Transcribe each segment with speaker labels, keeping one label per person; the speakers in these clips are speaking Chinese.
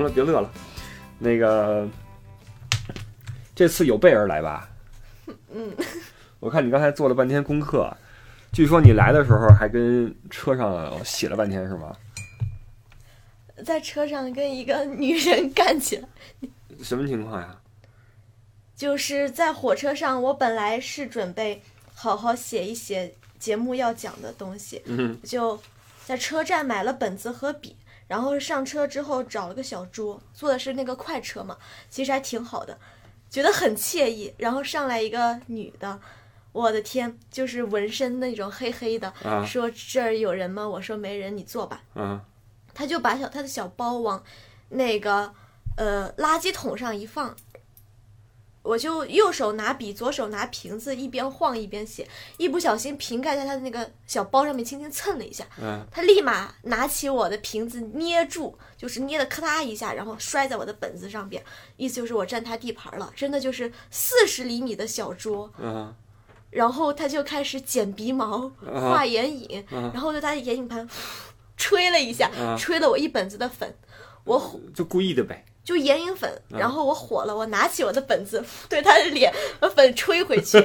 Speaker 1: 了，别乐了。那个，这次有备而来吧？
Speaker 2: 嗯，
Speaker 1: 我看你刚才做了半天功课，据说你来的时候还跟车上写了半天是吗？
Speaker 2: 在车上跟一个女人 干起来，
Speaker 1: 什么情况呀？
Speaker 2: 就是在火车上，我本来是准备好好写一写节目要讲的东西，
Speaker 1: 嗯，
Speaker 2: 就在车站买了本子和笔，然后上车之后找了个小桌，坐的是那个快车嘛，其实还挺好的，觉得很惬意。然后上来一个女的，我的天，就是纹身那种黑黑的，
Speaker 1: 啊
Speaker 2: 说这儿有人吗？我说没人，你坐吧。
Speaker 1: 啊
Speaker 2: 他就把小他的小包往那个呃垃圾桶上一放，我就右手拿笔，左手拿瓶子，一边晃一边写，一不小心瓶盖在他的那个小包上面轻轻蹭了一下，
Speaker 1: 嗯，
Speaker 2: 他立马拿起我的瓶子捏住，就是捏的咔嗒一下，然后摔在我的本子上边，意思就是我占他地盘了，真的就是四十厘米的小桌，
Speaker 1: 啊
Speaker 2: 然后他就开始剪鼻毛，画眼影，
Speaker 1: 啊
Speaker 2: 然后就他的眼影盘吹了一下，
Speaker 1: 啊
Speaker 2: 吹了我一本子的粉，我火
Speaker 1: 就故意的呗。
Speaker 2: 就眼影粉，
Speaker 1: 啊
Speaker 2: 然后我火了，我拿起我的本子对他的脸把粉吹 回去，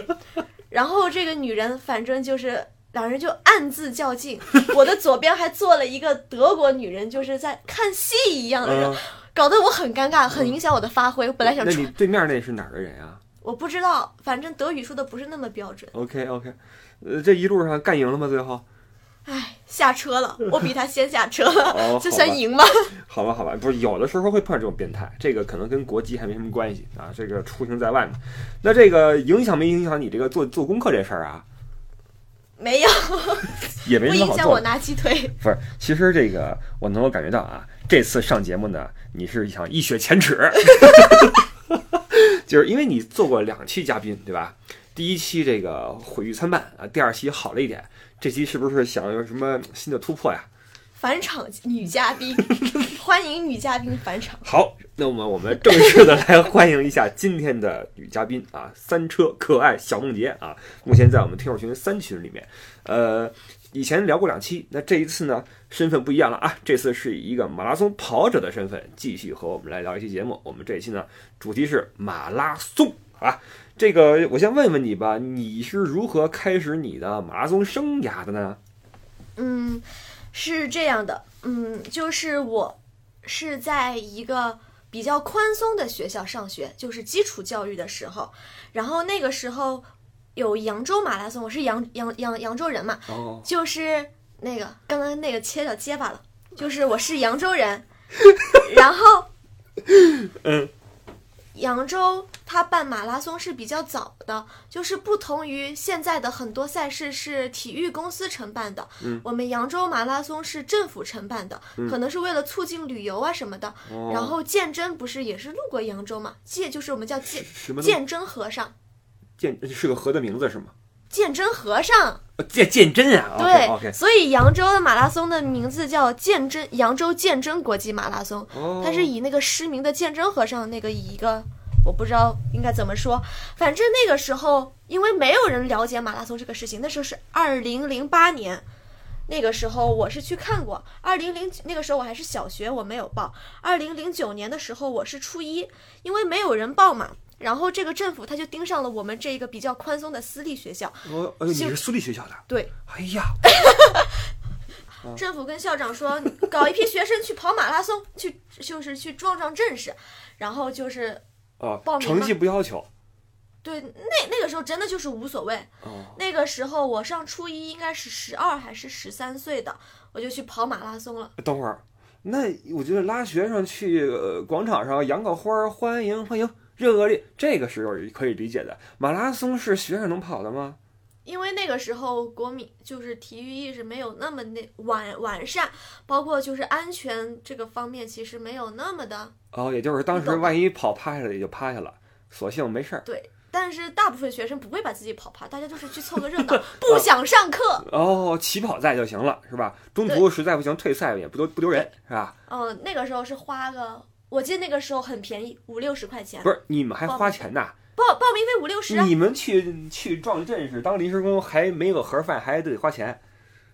Speaker 2: 然后这个女人反正就是。两人就暗自较劲，我的左边还坐了一个德国女人，就是在看戏一样的人，
Speaker 1: 嗯，
Speaker 2: 搞得我很尴尬，很影响我的发挥。我本来想
Speaker 1: 那
Speaker 2: 穿
Speaker 1: 你对面那是哪儿的人啊
Speaker 2: 我不知道，反正德语说的不是那么标准。
Speaker 1: ？OK OK，呃，这一路上干赢了吗？最 后？
Speaker 2: 唉，下车了，我比他先下车了，
Speaker 1: 哦，
Speaker 2: 这
Speaker 1: 好
Speaker 2: 算
Speaker 1: 吧
Speaker 2: 赢吗？
Speaker 1: 好吧，好吧，不是有的时候会碰上这种变态，这个可能跟国籍还没什么关系啊。这个出行在外嘛，那这个影响没影响你这个做做功课这事儿啊？
Speaker 2: 没有，
Speaker 1: 也没
Speaker 2: 不
Speaker 1: 什么
Speaker 2: 影
Speaker 1: 好
Speaker 2: 响
Speaker 1: 做
Speaker 2: 我
Speaker 1: 的。
Speaker 2: 拿鸡腿。
Speaker 1: 不是，其实这个我能够感觉到啊，这次上节目呢，你是想一雪前耻， 就是因为你做过两期嘉宾，对吧？第一期这个毁誉参半啊，第二期好了一点，这期是不是想有什么新的突破呀？
Speaker 2: 返场女嘉宾，欢迎女嘉宾返场。
Speaker 1: 好，那么我们正式的来欢迎一下今天的女嘉宾啊， 三车可爱小梦洁啊，目前在我们听友群三群里面，呃，以前聊过两期，那这一次呢，身份不一样了啊，这次是以一个马拉松跑者的身份继续和我们来聊一期节目，我们这一期呢，主题是马拉松啊。这个，我先问问你吧，你是如何开始你的马拉松生涯的呢？
Speaker 2: 嗯，是这样的，嗯，就是我是在一个比较宽松的学校上学，就是基础教育的时候，然后那个时候有扬州马拉松，我是扬扬扬扬州人嘛，
Speaker 1: 哦，
Speaker 2: 就是那个刚刚那个切掉结巴了，就是我是扬州 人，然后，
Speaker 1: 嗯，
Speaker 2: 扬州它办马拉松是比较早的，就是不同于现在的很多赛事是体育公司承办的，
Speaker 1: 嗯
Speaker 2: 我们扬州马拉松是政府承办的，可能是为了促进旅游啊什么的。
Speaker 1: 哦
Speaker 2: 然后鉴真不是也是路过扬州嘛？鉴就是我们叫鉴
Speaker 1: 什么呢
Speaker 2: 鉴真和尚，
Speaker 1: 鉴是个河的名字是吗？
Speaker 2: 鉴真和尚。
Speaker 1: 哦鉴鉴真啊
Speaker 2: 对
Speaker 1: ，OK，
Speaker 2: 所以扬州的马拉松的名字叫鉴真扬州鉴真国际马拉松，
Speaker 1: 哦，
Speaker 2: 它是以那个失明的鉴真和尚那个以一个我不知道应该怎么说，反正那个时候因为没有人了解马拉松这个事情，那时候是二零零八年。那个时候我是去看过，二零零那个时候我还是小学，我没有报。二零零九年的时候我是初一，因为没有人报嘛，然后这个政府他就盯上了我们这个比较宽松的私立学校，
Speaker 1: 哦，哎呦，你
Speaker 2: 就是
Speaker 1: 私立学校的？
Speaker 2: 对，
Speaker 1: 哎 呀，
Speaker 2: 政府跟校长说，搞一批学生去跑马拉松，去就是去壮壮阵势，然后就是
Speaker 1: 啊
Speaker 2: 报，名吗
Speaker 1: 成绩不要求
Speaker 2: 对那那个时候真的就是无所谓。
Speaker 1: 哦，
Speaker 2: 那个时候我上初一，应该是十二还是十三岁的，我就去跑马拉松了。
Speaker 1: 等会儿，那我觉得拉学生去、呃、广场上扬个花儿，欢迎欢迎，热烈，这个是可以理解的。马拉松是学生能跑的吗？
Speaker 2: 因为那个时候国民就是体育意识没有那么那完完善，包括就是安全这个方面其实没有那么的
Speaker 1: 哦，也就是当
Speaker 2: 你
Speaker 1: 时
Speaker 2: 懂
Speaker 1: 万一跑趴下来也就趴下了，索性没事儿。
Speaker 2: 对。但是大部分学生不会把自己跑趴，大家就是去凑个热闹，不想上课。
Speaker 1: 哦，起跑在就行了，是吧？中途实在不行退赛也不丢不丢人，是吧？
Speaker 2: 嗯，那个时候是花个，我记得那个时候很便宜，五六十块钱，
Speaker 1: 不是，你们还
Speaker 2: 报
Speaker 1: 花
Speaker 2: 名
Speaker 1: 钱呐？
Speaker 2: 报报名费五六十啊。
Speaker 1: 你们去去撞阵势，当临时工还没有盒饭，还得花钱。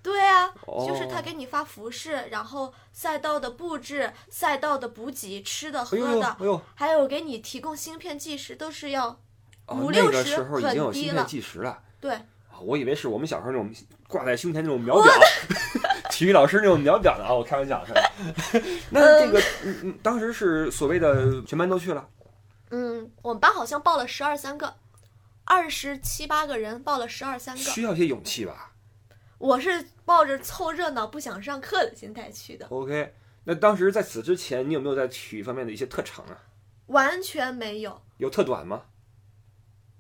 Speaker 2: 对啊，
Speaker 1: 哦
Speaker 2: 就是他给你发服饰，然后赛道的布置、赛道的补给、吃的、喝
Speaker 1: 哎呦呦
Speaker 2: 的，
Speaker 1: 哎呦，
Speaker 2: 还有给你提供芯片计时，都是要
Speaker 1: 哦
Speaker 2: 五，
Speaker 1: 那
Speaker 2: 六
Speaker 1: 个
Speaker 2: 十
Speaker 1: 时候已
Speaker 2: 很
Speaker 1: 经有
Speaker 2: 低
Speaker 1: 芯
Speaker 2: 了
Speaker 1: 片计时了。
Speaker 2: 对
Speaker 1: 啊我以为是我们小时候那种挂在胸前那种秒表， 体育老师那种秒表呢啊，我开玩笑是吧？ 那这个，嗯嗯，当时是所谓的全班都去了，
Speaker 2: 嗯，我们班好像报了十二三个，二十七八个人报了十二三个。
Speaker 1: 需要一些勇气吧
Speaker 2: 我是抱着凑热闹不想上课的心态去的，
Speaker 1: ？OK，那当时在此之前，你有没有在体育方面的一些特长啊？
Speaker 2: 完全没有。
Speaker 1: 有特短吗？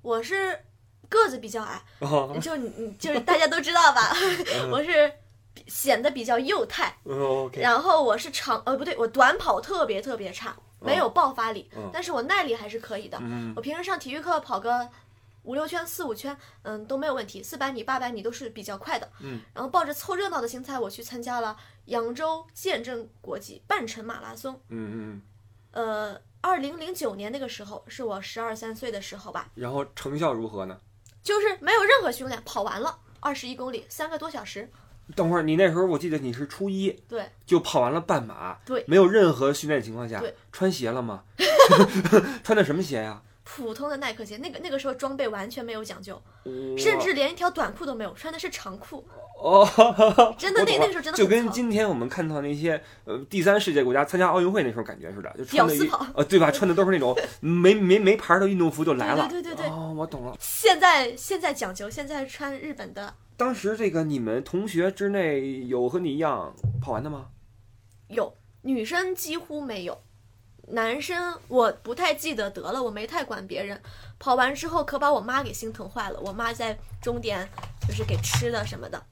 Speaker 2: 我是个子比较矮，
Speaker 1: 哦，
Speaker 2: 就你你就是大家都知道吧，
Speaker 1: 嗯
Speaker 2: 我是比显得比较幼态，
Speaker 1: 嗯 OK，
Speaker 2: 然后我是长呃不对，我短跑特别特别差，没有爆发力，
Speaker 1: 哦嗯
Speaker 2: 但是我耐力还是可以的。
Speaker 1: 嗯，
Speaker 2: 我平时上体育课跑个五六圈、四五圈，嗯都没有问题，四百米、八百米都是比较快的。
Speaker 1: 嗯，
Speaker 2: 然后抱着凑热闹的心态，我去参加了扬州见证国际半程马拉松。
Speaker 1: 嗯嗯，
Speaker 2: 呃，二零零九年那个时候是我十二三岁的时候吧，
Speaker 1: 然后成效如何呢？
Speaker 2: 就是没有任何训练，跑完了二十一公里，三个多小时。
Speaker 1: 等会儿你那时候我记得你是初一
Speaker 2: 对，
Speaker 1: 就跑完了半马，
Speaker 2: 对
Speaker 1: 没有任何训练情况下
Speaker 2: 对，
Speaker 1: 穿鞋了 吗？穿的什么鞋呀、
Speaker 2: 普通的耐克鞋，那个那个时候装备完全没有讲究，
Speaker 1: 哇
Speaker 2: 甚至连一条短裤都没有，穿的是长裤。
Speaker 1: 哦，
Speaker 2: 真的
Speaker 1: 我
Speaker 2: 那
Speaker 1: 懂了
Speaker 2: 那个时候真的
Speaker 1: 就
Speaker 2: 很
Speaker 1: 跟
Speaker 2: 糙
Speaker 1: 今天我们看到那些呃第三世界国家参加奥运会那时候感觉似的，就穿的
Speaker 2: 屌丝
Speaker 1: 一
Speaker 2: 跑
Speaker 1: 呃对吧，穿的都是那种没没没牌儿的运动服就来了。
Speaker 2: 对对对对对
Speaker 1: 哦，我懂了。
Speaker 2: 现在现在讲究，现在穿日本的
Speaker 1: 当时这个你们同学之内有和你一样跑完的吗？
Speaker 2: 有，女生几乎没有。男生我不太记得得了，我没太管别人。跑完之后可把我妈给心疼坏了，我妈在终点就是给吃的什么的。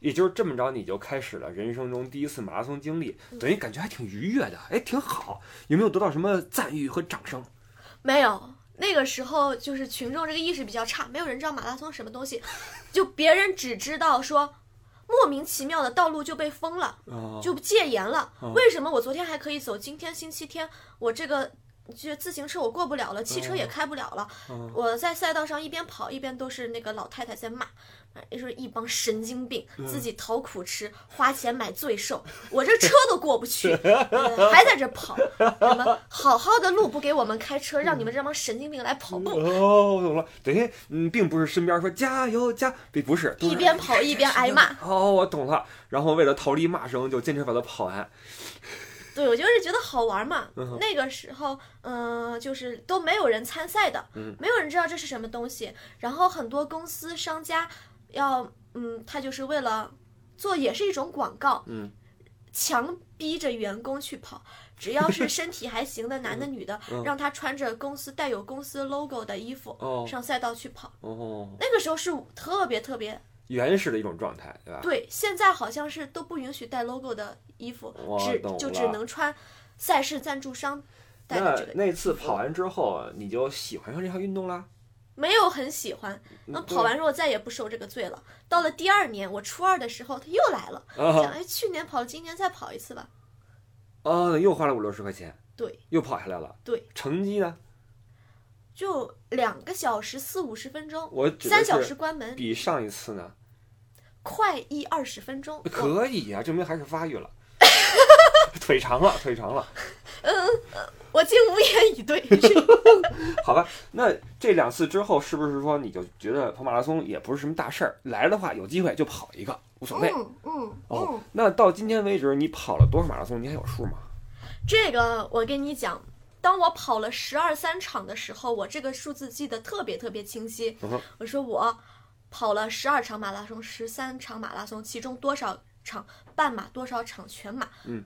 Speaker 1: 也就是这么着，你就开始了人生中第一次马拉松经历，
Speaker 2: 嗯
Speaker 1: 等于感觉还挺愉悦的，哎，挺好。有没有得到什么赞誉和掌声？
Speaker 2: 没有，那个时候就是群众这个意识比较差，没有人知道马拉松什么东西，就别人只知道说莫名其妙的道路就被封了，
Speaker 1: 哦，
Speaker 2: 就戒严了。为什么我昨天还可以走，今天星期天我这个就自行车我过不了了，汽车也开不了了。
Speaker 1: 嗯
Speaker 2: 我在赛道上一边跑一边都是那个老太太在骂，也是一帮神经病，自己讨苦吃，花钱买罪受，我这车都过不去，呃还在这跑，什么好好的路不给我们开车，让你们这帮神经病来跑步。
Speaker 1: 哦，我懂了。等于嗯，并不是身边说加油加，不不是，都
Speaker 2: 一
Speaker 1: 是
Speaker 2: 边跑一边挨骂，
Speaker 1: 哦，我懂了。然后为了逃离骂声，就坚持把它跑完。
Speaker 2: 对我就是觉得好玩嘛。
Speaker 1: 嗯哼
Speaker 2: 那个时候，嗯、就是都没有人参赛的，
Speaker 1: 嗯
Speaker 2: 没有人知道这是什么东西。然后很多公司商家要，嗯，他就是为了做，也是一种广告，
Speaker 1: 嗯，
Speaker 2: 强逼着员工去跑。只要是身体还行的男的女的，
Speaker 1: 嗯
Speaker 2: 让他穿着公司带有公司 logo 的衣服、
Speaker 1: 哦
Speaker 2: 上赛道去跑。
Speaker 1: 哦，
Speaker 2: 那个时候是特别特
Speaker 1: 啊
Speaker 2: 别
Speaker 1: 原始的一种状态，对吧？
Speaker 2: 对，现在好像是都不允许带 logo 的衣服
Speaker 1: 我，
Speaker 2: 只
Speaker 1: 懂
Speaker 2: 就只
Speaker 1: 了
Speaker 2: 能穿赛事赞助商带的这
Speaker 1: 那
Speaker 2: 个，
Speaker 1: 那次跑完之后，你就喜欢上这项运动啦？
Speaker 2: 没有很喜欢。那
Speaker 1: 嗯对
Speaker 2: 嗯跑完之后再也不受这个罪了。到了第二年，我初二的时候他又来了，想
Speaker 1: 啊
Speaker 2: 哎去年跑了，今年再跑一次吧。
Speaker 1: 啊，又花了五六十块钱，
Speaker 2: 对，
Speaker 1: 又跑下来了。
Speaker 2: 对，
Speaker 1: 成绩呢？
Speaker 2: 就两个小时四五十分钟，
Speaker 1: 我指的
Speaker 2: 三小
Speaker 1: 是
Speaker 2: 时关门，
Speaker 1: 比上一次呢，
Speaker 2: 快一二十分钟。我
Speaker 1: 可以呀、证明还是发 育了。腿长了，腿长了，
Speaker 2: 我竟无言 以对。
Speaker 1: 好吧。那这两次之后，是不是说你就觉得跑马拉松也不是什么大事儿？来的话，有机会就跑一个，无所谓。
Speaker 2: 嗯嗯
Speaker 1: 哦，那到今天为止，你跑了多少马拉松？你还有数吗？
Speaker 2: 这个我跟你讲，当我跑了十二三场的时候，我这个数字记得特别特别清晰。
Speaker 1: 嗯哼
Speaker 2: 我说我跑了十二场马拉松，十三场马拉松，其中多少场半马，多少场全马。
Speaker 1: 嗯，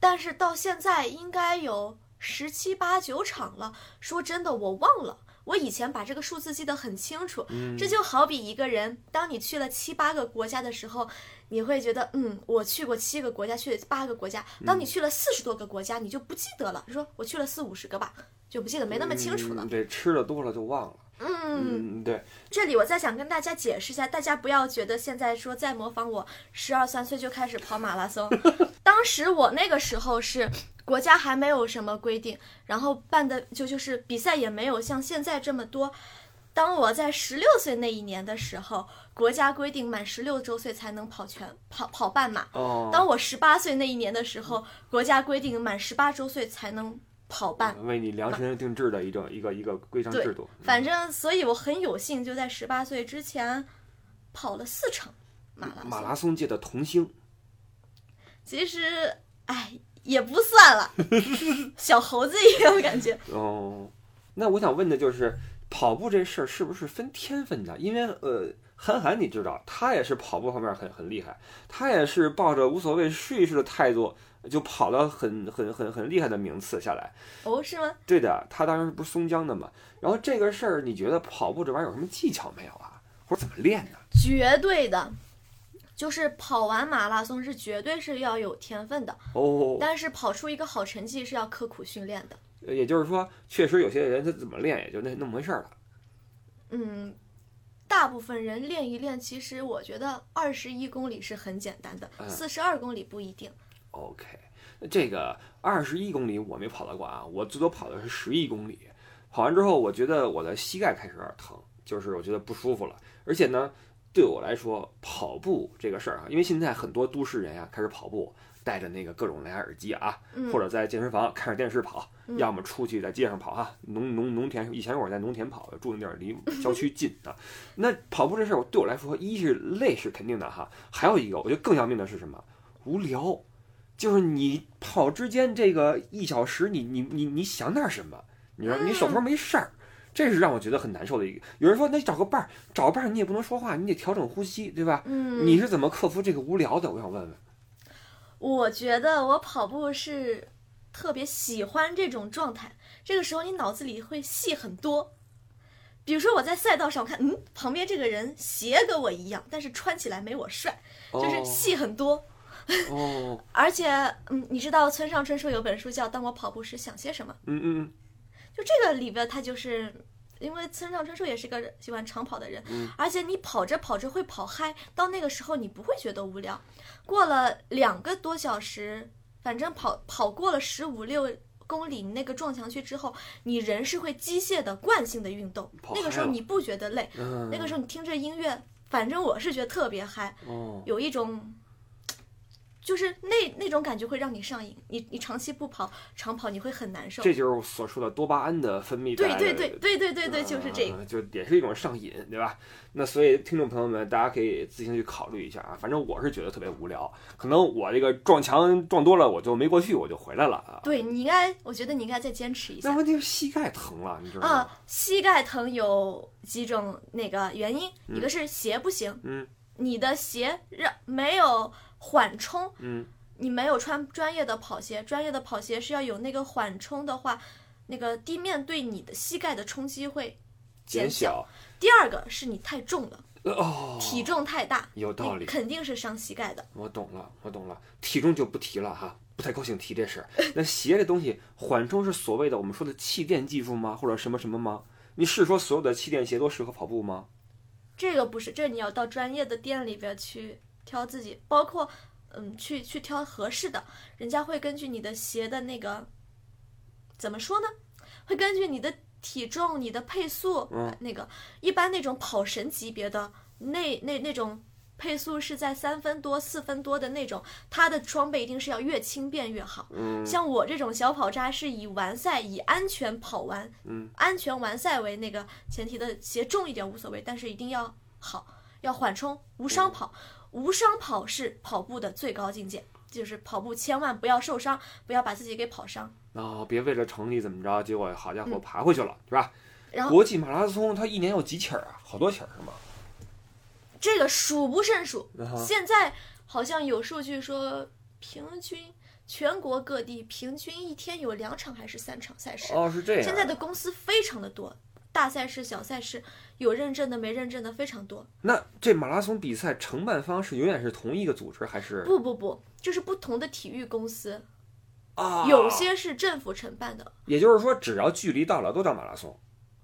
Speaker 2: 但是到现在应该有十七八九场了。说真的，我忘了。我以前把这个数字记得很清楚，
Speaker 1: 嗯
Speaker 2: 这就好比一个人，当你去了七八个国家的时候，你会觉得，嗯，我去过七个国家，去了八个国家。当你去了四十多个国家，你就不记得了。你说我去了四五十个吧，就不记得没那么清楚了
Speaker 1: 嗯。对，吃的多了就忘了。
Speaker 2: 嗯，
Speaker 1: 嗯，对，
Speaker 2: 这里我再想跟大家解释一下，大家不要觉得现在说在模仿我，十二三岁就开始跑马拉松。当时我那个时候是国家还没有什么规定，然后办的就就是比赛也没有像现在这么多。当我在十六岁那一年的时候，国家规定满十六周岁才能跑全跑跑半马。
Speaker 1: 哦，
Speaker 2: 当我十八岁那一年的时候，国家规定满十八周岁才能跑半。
Speaker 1: 为你量身定制的一种一个一个规章
Speaker 2: 对
Speaker 1: 制度。
Speaker 2: 反正，所以我很有幸就在十八岁之前跑了四场马拉松。
Speaker 1: 马拉松界的童星，
Speaker 2: 其实，哎，也不 算了，小猴子一样感觉。
Speaker 1: 哦，那我想问的就是，跑步这事儿是不是分天分的？因为呃，韩寒你知道，他也是跑步方面很很厉害，他也是抱着无所谓试一试的态度，就跑了很很很很厉害的名次下来。
Speaker 2: 哦，是吗？
Speaker 1: 对的，他当时不是松江的嘛。然后这个事儿，你觉得跑步这玩意儿有什么技巧没有啊？或者怎么练呢？
Speaker 2: 绝对的，就是跑完马拉松是绝对是要有天分的，
Speaker 1: 哦，
Speaker 2: 但是跑出一个好成绩是要刻苦训练的。
Speaker 1: 也就是说，确实有些人他怎么练也就那那么回事儿了。
Speaker 2: 嗯，大部分人练一练，其实我觉得二十一公里是很简单的，
Speaker 1: 嗯
Speaker 2: 四十二公里不一定。
Speaker 1: OK，这个二十一公里我没跑到过啊，我最多跑的是十一公里。跑完之后，我觉得我的膝盖开始有点疼，就是我觉得不舒服了。而且呢，对我来说，跑步这个事儿啊，因为现在很多都市人啊开始跑步，戴着那个各种蓝牙耳机啊，
Speaker 2: 嗯
Speaker 1: 或者在健身房看着电视跑，
Speaker 2: 嗯
Speaker 1: 要么出去在街上跑啊，农农农田，以前我在农田跑，住的地儿 离郊区近啊。那跑步这事儿对我来说，一是累是肯定的哈，还有一个我觉得更要命的是什么？无聊，就是你跑之间这个一小时你，你你你想点什么？你说你手
Speaker 2: 嗯
Speaker 1: 头没事儿。这是让我觉得很难受的一个。有人说，那找个伴儿，找个伴儿你也不能说话，你得调整呼吸，对吧？
Speaker 2: 嗯，
Speaker 1: 你是怎么克服这个无聊的？我想问问。
Speaker 2: 我觉得我跑步是特别喜欢这种状态，这个时候你脑子里会戏很多。比如说我在赛道上，我看，嗯，旁边这个人鞋跟我一样，但是穿起来没我帅，就是戏很多。
Speaker 1: 哦哦，
Speaker 2: 而且，嗯，你知道村上春树有本书叫《当我跑步时想些什么
Speaker 1: 嗯嗯。嗯》，
Speaker 2: 就这个里边他就是。因为村上春树也是个喜欢长跑的人，
Speaker 1: 嗯
Speaker 2: 而且你跑着跑着会跑嗨，到那个时候你不会觉得无聊。过了两个多小时，反正跑跑过了十五六公里那个撞墙区之后，你人是会机械的惯性的运动
Speaker 1: 跑，
Speaker 2: 那个
Speaker 1: 嗨
Speaker 2: 时候
Speaker 1: 了
Speaker 2: 你不觉得累，
Speaker 1: 嗯，
Speaker 2: 那个时候你听着音乐，反正我是觉得特别嗨。
Speaker 1: 哦，
Speaker 2: 有一种，就是那那种感觉会让你上瘾。你你长期不跑长跑，你会很难受。
Speaker 1: 这就是我所说的多巴胺的分泌带
Speaker 2: 对
Speaker 1: 来
Speaker 2: 对
Speaker 1: 的。
Speaker 2: 对对对对对，就是这个。
Speaker 1: 个，就也是一种上瘾，对吧？那所以听众朋友们，大家可以自行去考虑一下啊。反正我是觉得特别无聊，可能我这个撞墙撞多了，我就没过去，我就回来了啊。
Speaker 2: 对你应该，我觉得你应该再坚持一
Speaker 1: 那
Speaker 2: 下。
Speaker 1: 问题是膝盖疼了，你知道吗？
Speaker 2: 啊，膝盖疼有几种那个原因，
Speaker 1: 嗯
Speaker 2: 一个是鞋不行，
Speaker 1: 嗯
Speaker 2: 你的鞋让没有缓冲，
Speaker 1: 嗯，
Speaker 2: 你没有穿专业的跑鞋，专业的跑鞋是要有那个缓冲的话，那个地面对你的膝盖的冲击会
Speaker 1: 减
Speaker 2: 减小。
Speaker 1: 小。
Speaker 2: 第二个是你太重了，
Speaker 1: 呃哦，
Speaker 2: 体重太大，
Speaker 1: 有道理
Speaker 2: 你，肯定是伤膝盖的。
Speaker 1: 我懂了，我懂了。体重就不提了哈，不太高兴提这事儿。那鞋这东西，缓冲是所谓的我们说的气垫技术吗？或者什么什么吗？你是说所有的气垫鞋都适合跑步吗？
Speaker 2: 这个不是，这你要到专业的店里边去挑自己，包括嗯，去去挑合适的，人家会根据你的鞋的那个怎么说呢？会根据你的体重、你的配速，
Speaker 1: 嗯
Speaker 2: 那个一般那种跑神级别的那那那种。配速是在三分多、四分多的那种，它的装备一定是要越轻便越好。
Speaker 1: 嗯，
Speaker 2: 像我这种小跑渣是以完赛、以安全跑完、
Speaker 1: 嗯
Speaker 2: 安全完赛为那个前提的，鞋重一点无所谓，但是一定要好，要缓冲，无
Speaker 1: 嗯
Speaker 2: 伤跑。无伤跑是跑步的最高境界，就是跑步千万不要受伤，不要把自己给跑伤。
Speaker 1: 然后别为了成绩怎么着，结果好家伙爬回去了，是吧？
Speaker 2: 嗯然后
Speaker 1: 国际马拉松它一年有几起儿啊？好多起儿是吗？
Speaker 2: 这个数不胜数，
Speaker 1: 然后
Speaker 2: 现在好像有数据说平均。全国各地平均一天有两场还是三场赛事，
Speaker 1: 哦，是这样。
Speaker 2: 现在的公司非常的多，大赛事、小赛事，有认证的、没认证的非常多。
Speaker 1: 那这马拉松比赛承办方是永远是同一个组织还是？
Speaker 2: 不不不，这是不同的体育公司，
Speaker 1: 啊，
Speaker 2: 有些是政府承办的，
Speaker 1: 也就是说，只要距离到了都叫马拉松，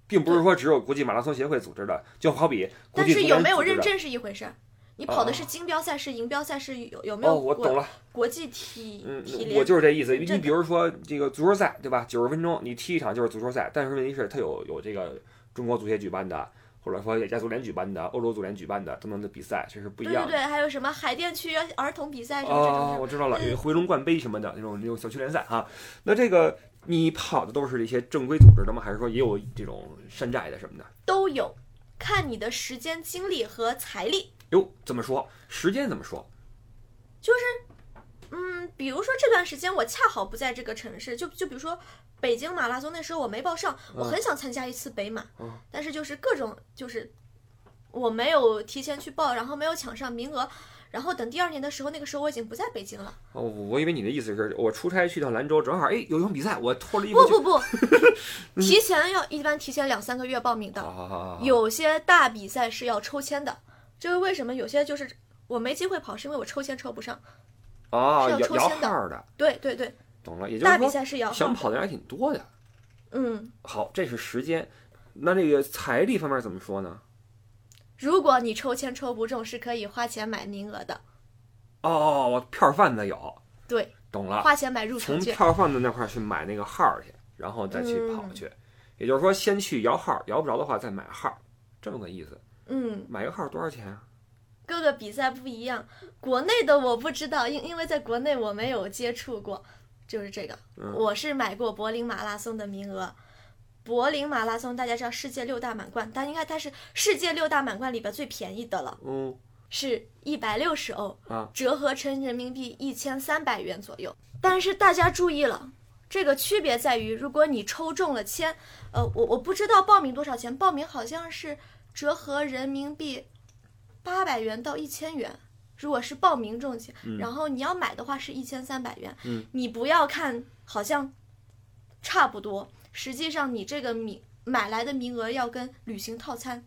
Speaker 1: 并不是说只有国际马拉松协会组织的，就好比国
Speaker 2: 但
Speaker 1: 际
Speaker 2: 是
Speaker 1: 足
Speaker 2: 有
Speaker 1: 联
Speaker 2: 没有
Speaker 1: 组织
Speaker 2: 认
Speaker 1: 的？啊
Speaker 2: 证是一回事儿。你跑的是金标赛事、银标赛事，有有没
Speaker 1: 哦，
Speaker 2: 有
Speaker 1: 我懂
Speaker 2: 国
Speaker 1: 了，
Speaker 2: 国际体
Speaker 1: 嗯
Speaker 2: 体，
Speaker 1: 我
Speaker 2: 联？
Speaker 1: 就是这意思。
Speaker 2: 这
Speaker 1: 你
Speaker 2: 个
Speaker 1: 比如说这个足球赛，对吧？九十分钟你踢一场就是足球赛，但是问题是它有有这个中国足协举办的，或者说亚洲足联举办的、欧洲足联举办的等等的比赛，这是不一
Speaker 2: 对对
Speaker 1: 样的。
Speaker 2: 对，还有什么海淀区啊儿童比赛什么这种嗯
Speaker 1: 哦，
Speaker 2: 的，
Speaker 1: 我知道了，有回龙冠杯什么的那种那种小区联赛哈、那这个你跑的都是一些正规组织的吗？还是说也有这种山寨的什么的？
Speaker 2: 都有，看你的时间、精力和财力。
Speaker 1: 哟，怎么说？时间怎么说？
Speaker 2: 嗯，比如说这段时间我恰好不在这个城市，就就比如说北京马拉松，那时候我没报上，我很想参加一次北马，
Speaker 1: 嗯
Speaker 2: 但是就是各种就是我没有提前去报，然后没有抢上名额，然后等第二年的时候，那个时候我已经不在北京了。
Speaker 1: 哦，我以为你的意思是我出差去趟兰州，正好哎有一场比赛，我脱了衣服
Speaker 2: 不
Speaker 1: 去。
Speaker 2: 不 不，提前要一般提前两三个月报名的，
Speaker 1: 好好好好好，
Speaker 2: 有些大比赛是要抽签的，这是为什么？有些就是我没机会跑，是因为我抽签抽不上。
Speaker 1: 哦，
Speaker 2: 是要
Speaker 1: 摇
Speaker 2: 抽
Speaker 1: 摇
Speaker 2: 签的
Speaker 1: 号的，
Speaker 2: 对对对，
Speaker 1: 懂了。也就
Speaker 2: 大
Speaker 1: 是
Speaker 2: 比
Speaker 1: 说，
Speaker 2: 赛是要
Speaker 1: 想跑的人还挺多的。
Speaker 2: 嗯，
Speaker 1: 好，这是时间。那这个财力方面怎么说呢？
Speaker 2: 如果你抽签抽不中，是可以花钱买名额的，
Speaker 1: 哦哦，我票贩子有，
Speaker 2: 对，
Speaker 1: 懂了。
Speaker 2: 花钱买入场
Speaker 1: 啊从
Speaker 2: 券。
Speaker 1: 票贩子那块儿去买那个号儿去，然后再去跑
Speaker 2: 嗯
Speaker 1: 去。也就是说，先去摇号儿，摇不着的话再买号儿，这么个意思。
Speaker 2: 嗯，
Speaker 1: 买一个号儿多少钱啊？
Speaker 2: 各个比赛不一样，国内的我不知道，因因为在国内我没有接触过，就是这个，
Speaker 1: 嗯
Speaker 2: 我是买过柏林马拉松的名额。柏林马拉松大家知道世界六大满贯，但应该它是世界六大满贯里边最便宜的了。
Speaker 1: 嗯，
Speaker 2: 是一百六十欧
Speaker 1: 啊，
Speaker 2: 折合成人民币一千三百元左右。但是大家注意了，这个区别在于，如果你抽中了签，呃，我我不知道报名多少钱，报名好像是折合人民币八百元到一千元。如果是报名中签，然后你要买的话是一千三百元。
Speaker 1: 嗯
Speaker 2: 你不要看好像差不多，实际上你这个名买来的名额要跟旅行套餐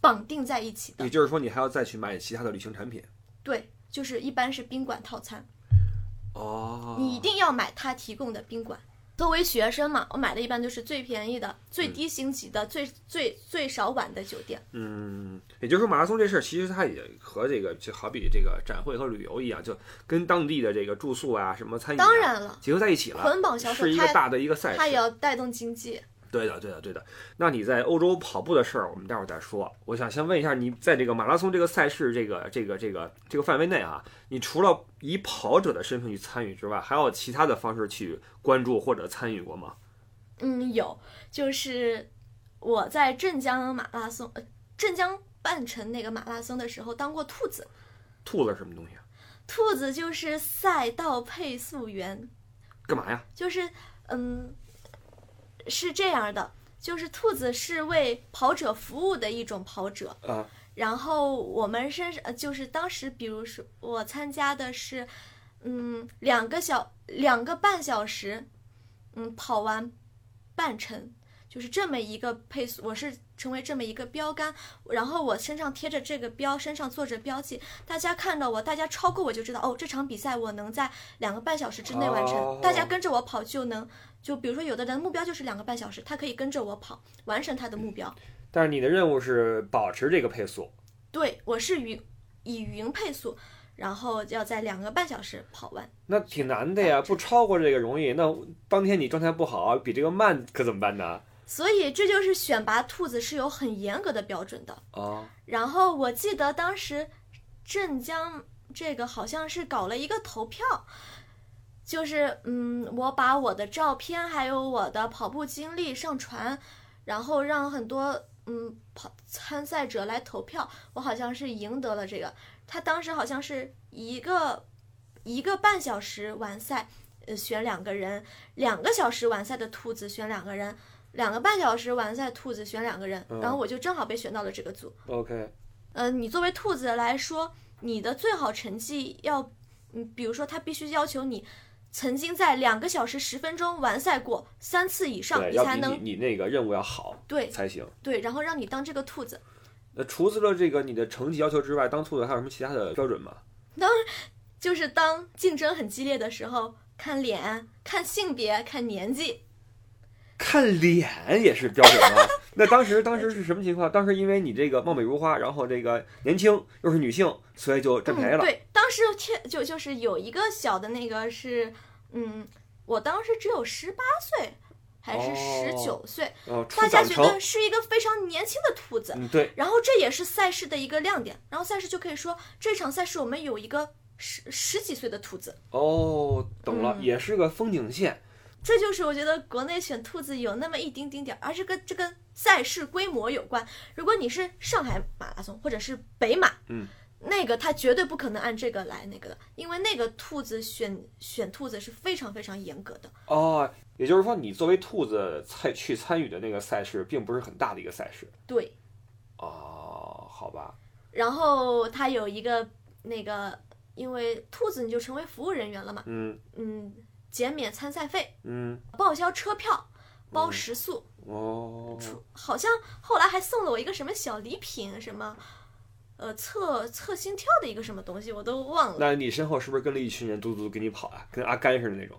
Speaker 2: 绑定在一起的。
Speaker 1: 也就是说，你还要再去买其他的旅行产品。
Speaker 2: 对，就是一般是宾馆套餐，
Speaker 1: 哦，
Speaker 2: 你一定要买他提供的宾馆。作为学生嘛，我买的一般就是最便宜的、最低星级的、最最最少晚的酒店。
Speaker 1: 嗯，也就是说，马拉松这事儿其实它也和这个就好比这个展会和旅游一样，就跟当地的这个住宿啊、什么餐饮、啊、
Speaker 2: 当然了，
Speaker 1: 结合在一起了，
Speaker 2: 捆绑销售
Speaker 1: 是一个
Speaker 2: 它
Speaker 1: 大的一个赛
Speaker 2: 它也
Speaker 1: 事。
Speaker 2: 要带动经济。
Speaker 1: 对的，对的，对的。那你在欧洲跑步的事儿，我们待会儿再说。我想先问一下，你在这个马拉松这个赛事这个这个这个这个范围内啊，你除了以跑者的身份去参与之外，还有其他的方式去关注或者参与过吗？
Speaker 2: 嗯，有，就是我在镇江马拉松，呃，镇江半程那个马拉松的时候当过兔子。
Speaker 1: 兔子是什么东西啊？
Speaker 2: 兔子就是赛道配速员，
Speaker 1: 干嘛呀？
Speaker 2: 就是嗯，是这样的，就是兔子是为跑者服务的一种跑者。
Speaker 1: 啊，
Speaker 2: 然后我们身上呃就是当时，比如说我参加的是，嗯，两个小两个半小时，嗯，跑完半程，就是这么一个配速，我是成为这么一个标杆，然后我身上贴着这个标，身上做着标记，大家看到我，大家超过我就知道，哦，这场比赛我能在两个半小时之内完成，
Speaker 1: 哦
Speaker 2: 大家跟着我跑就能，就比如说有的人目标就是两个半小时，他可以跟着我跑，完成他的目标。
Speaker 1: 但是你的任务是保持这个配速。
Speaker 2: 对，我是云以云配速，然后要在两个半小时跑完。
Speaker 1: 那挺难的
Speaker 2: 啊
Speaker 1: 呀，不超过这个容易。那当天你状态不好，比这个慢可怎么办呢？
Speaker 2: 所以这就是选拔兔子是有很严格的标准的。
Speaker 1: 啊，
Speaker 2: 然后我记得当时镇江这个好像是搞了一个投票，就是嗯，我把我的照片还有我的跑步经历上传，然后让很多嗯跑参赛者来投票，我好像是赢得了这个。他当时好像是一个一个半小时完赛，呃，选两个人；两个小时完赛的兔子选两个人；两个半小时完赛兔子选两个人。然后我就正好被选到了这个组。
Speaker 1: OK，
Speaker 2: 呃，你作为兔子来说，你的最好成绩要，嗯，比如说他必须要求你曾经在两个小时十分钟完赛过三次以上，
Speaker 1: 对，
Speaker 2: 你
Speaker 1: 要
Speaker 2: 才
Speaker 1: 比
Speaker 2: 能
Speaker 1: 你你那个任务要好
Speaker 2: 对
Speaker 1: 才行。
Speaker 2: 对，然后让你当这个兔子。
Speaker 1: 那除了这个你的成绩要求之外，当兔子还有什么其他的标准吗？
Speaker 2: 就是当竞争很激烈的时候，看脸、看性别、看年纪。
Speaker 1: 看脸也是标准啊。 那当时当时是什么情况？当时因为你这个貌美如花，然后这个年轻又是女性，所以就占便宜
Speaker 2: 嗯。
Speaker 1: 了。
Speaker 2: 对，当时天就就是有一个小的那个是，嗯，我当时只有十八岁，还是十九岁，
Speaker 1: 哦，出
Speaker 2: 大家
Speaker 1: 长
Speaker 2: 觉
Speaker 1: 城，
Speaker 2: 得是一个非常年轻的兔子。
Speaker 1: 嗯，对，
Speaker 2: 然后这也是赛事的一个亮点。然后赛事就可以说，这场赛事我们有一个十十几岁的兔子，
Speaker 1: 哦，懂了，
Speaker 2: 嗯
Speaker 1: 也是个风景线，
Speaker 2: 这就是我觉得国内选兔子有那么一丁丁点儿，而这跟这跟赛事规模有关。如果你是上海马拉松或者是北马，
Speaker 1: 嗯，
Speaker 2: 那个他绝对不可能按这个来那个的，因为那个兔子选选兔子是非常非常严格的。
Speaker 1: 哦，也就是说，你作为兔子参去参与的那个赛事，并不是很大的一个赛事，
Speaker 2: 对，
Speaker 1: 哦，好吧，
Speaker 2: 然后他有一个那个，因为兔子你就成为服务人员了嘛，
Speaker 1: 嗯
Speaker 2: 嗯，减免参赛费，
Speaker 1: 嗯，
Speaker 2: 报销车票，包食宿，
Speaker 1: 哦，
Speaker 2: 出好像后来还送了我一个什么小礼品，什么，呃，测测心跳的一个什么东西，我都忘了，
Speaker 1: 那你身后是不是跟了一群人嘟嘟嘟跟你跑啊，跟阿甘似的那种？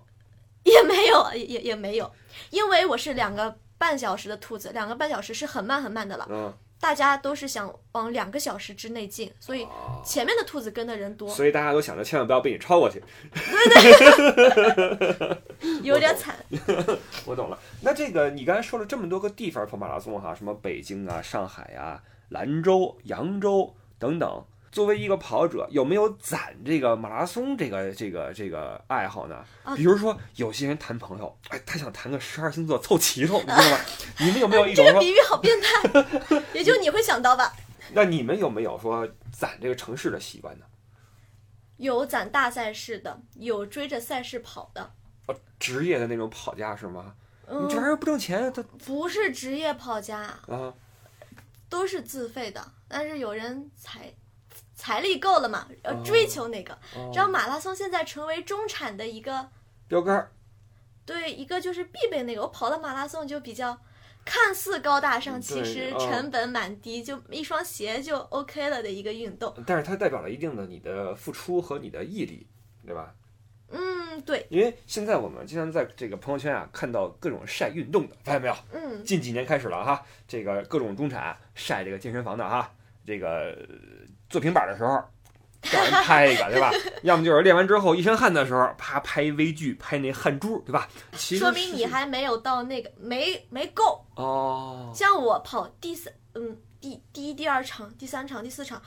Speaker 2: 也没有，也也也没有，因为我是两个半小时的兔子，两个半小时是很慢很慢的了，
Speaker 1: 嗯，
Speaker 2: 大家都是想往两个小时之内进，所以
Speaker 1: 哦
Speaker 2: 前面的兔子跟的人多，
Speaker 1: 所以大家都想着千万不要被你超过去。
Speaker 2: 有点惨。
Speaker 1: 我懂了。那这个你刚才说了这么多个地方跑马拉松哈，什么北京啊、上海啊、兰州、扬州等等。作为一个跑者，有没有攒这个马拉松这个这个这个爱好呢
Speaker 2: 啊？
Speaker 1: 比如说，有些人谈朋友，哎，他想谈个十二星座凑齐头，你知道吗？你们有没有一
Speaker 2: 这
Speaker 1: 种
Speaker 2: 个
Speaker 1: 说？
Speaker 2: 比喻好变态， 也就你会想 到吧？
Speaker 1: 那你们有没有说攒这个城市的习惯呢？
Speaker 2: 有攒大赛事的，有追着赛事跑的，
Speaker 1: 哦，职业的那种跑家是吗？你这玩意
Speaker 2: 嗯，
Speaker 1: 儿不挣钱，他
Speaker 2: 不是职业跑家，
Speaker 1: 啊，
Speaker 2: 都是自费的。但是有人财财力够了嘛，要
Speaker 1: 哦
Speaker 2: 追求那个。
Speaker 1: 哦
Speaker 2: 知道马拉松现在成为中产的一个
Speaker 1: 标杆儿
Speaker 2: 对一个就是必备那个。我跑了马拉松就比较。看似高大上，
Speaker 1: 嗯
Speaker 2: 其实
Speaker 1: 对哦
Speaker 2: 成本蛮低，就一双鞋就 OK 了的一个运动。
Speaker 1: 但是它代表了一定的你的付出和你的毅力，对吧？
Speaker 2: 嗯，对，
Speaker 1: 因为现在我们经常在这个朋友圈啊看到各种晒运动的，发现没有？
Speaker 2: 嗯，
Speaker 1: 近几年开始了哈，这个各种中产晒这个健身房的哈，这个呃做平板的时候让人拍一个，对吧？ 要么就是练完之后一身汗的时候，啪拍一微距，拍那汗珠，对吧？其实
Speaker 2: 说明你
Speaker 1: 是
Speaker 2: 还没有到那个没没够，
Speaker 1: 哦，
Speaker 2: 像我跑第三，嗯，第第一、第二场、第三场、第四场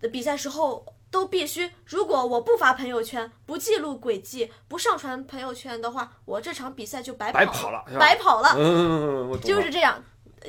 Speaker 2: 的比赛时候，都必须，如果我不发朋友圈、不记录轨迹、不上传朋友圈的话，我这场比赛就白跑
Speaker 1: 白跑了，是吧？
Speaker 2: 白跑了，
Speaker 1: 嗯，我懂了。
Speaker 2: 就是这样。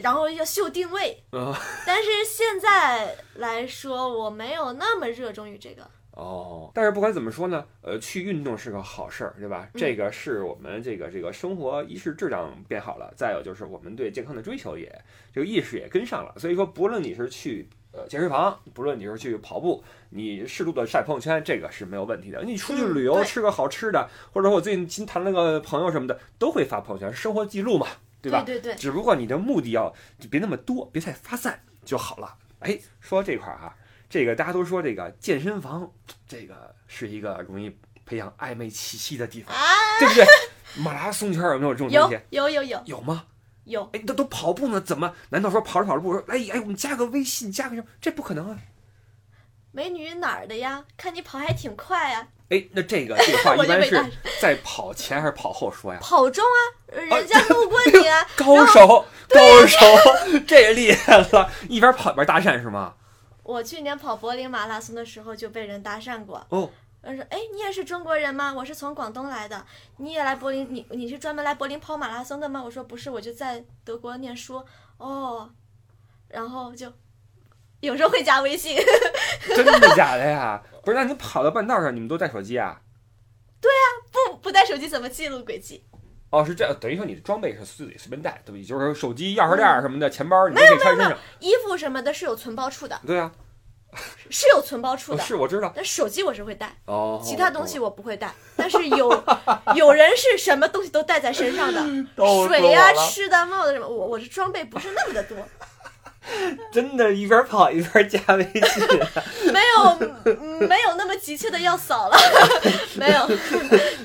Speaker 2: 然后要秀定位，
Speaker 1: 嗯
Speaker 2: 但是现在来说，我没有那么热衷于这个。
Speaker 1: 哦，但是不管怎么说呢，呃，去运动是个好事儿，对吧？这个是我们这个这个生活一是质量变好了，再有就是我们对健康的追求也这个意识也跟上了。所以说，不论你是去呃健身房，不论你是去跑步，你适度的晒朋友圈，这个是没有问题的。你出去
Speaker 2: 嗯
Speaker 1: 旅游
Speaker 2: 对
Speaker 1: 吃个好吃的，或者说我最近新谈了个朋友什么的，都会发朋友圈，生活记录嘛，对吧？
Speaker 2: 对对对，
Speaker 1: 只不过你的目的要就别那么多，别太发散就好了。哎，说到这块儿啊，这个大家都说这个健身房，这个是一个容易培养暧昧气息的地方，对不对？马拉松圈有没有这种东
Speaker 2: 啊有
Speaker 1: 西？
Speaker 2: 有有有
Speaker 1: 有吗？
Speaker 2: 有，
Speaker 1: 哎，那都跑步呢，怎么？难道说跑着跑着步说，哎哎，我们加个微信，加个什么？这不可能啊！
Speaker 2: 美女哪儿的呀？看你跑还挺快啊呀、
Speaker 1: 哎，那这个这个话
Speaker 2: 我
Speaker 1: 一
Speaker 2: 就
Speaker 1: 般
Speaker 2: 没
Speaker 1: 是
Speaker 2: 干
Speaker 1: 在跑前还是跑后 说呀？
Speaker 2: 跑中啊，人 家路过你啊，
Speaker 1: 高手，高手， 这厉害了！一边跑一边搭讪是吗？
Speaker 2: 我去年跑柏林马拉松的时候就被人搭讪过，
Speaker 1: 哦，
Speaker 2: 人说：“哎，你也是中国人吗？我是从广东来的，你也来柏林，你你是专门来柏林跑马拉松的吗？”我说：“不是，我就在德国念书。”哦，然后就有时候会加微信，
Speaker 1: 真的假的呀？不是，那你跑到半道上，你们都带手机啊？
Speaker 2: 不不带手机怎么记录轨迹？
Speaker 1: 哦，是这样，等于说你的装备是自己随便带，对不对？就是说手机、钥匙链儿什么的，钱包你都可以揣身上。
Speaker 2: 衣服什么的是有存包处的，
Speaker 1: 对啊，
Speaker 2: 是有存包处
Speaker 1: 哦
Speaker 2: 的。
Speaker 1: 是我知道。
Speaker 2: 但手机我是会带，
Speaker 1: 哦，
Speaker 2: 其他东西我不会带。但是 有有人是什么东西都带在身上的，
Speaker 1: 逗死
Speaker 2: 水呀、
Speaker 1: 哦我了
Speaker 2: 吃的、帽子什么，我我是装备不是那么的多。
Speaker 1: 真的，一边跑一边加微信。
Speaker 2: 没有，嗯没有那么急切的要扫了， 没有，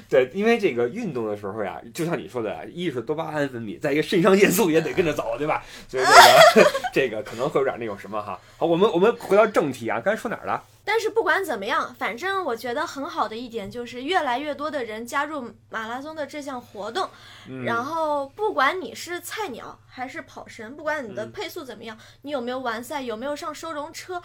Speaker 1: 对，因为这个运动的时候呀，就像你说的，一是多巴胺分泌，再一个肾上腺素也得跟着走，对 吧？所以这个这个可能会有点那种什么哈。好，我们我们回到正题啊，刚才说哪儿了？
Speaker 2: 但是不管怎么样，反正我觉得很好的一点就是，越来越多的人加入马拉松的这项活动。
Speaker 1: 嗯
Speaker 2: 然后，不管你是菜鸟还是跑神，不管你
Speaker 1: 嗯
Speaker 2: 的配速怎么样，你有没有完赛，有没有上收容车，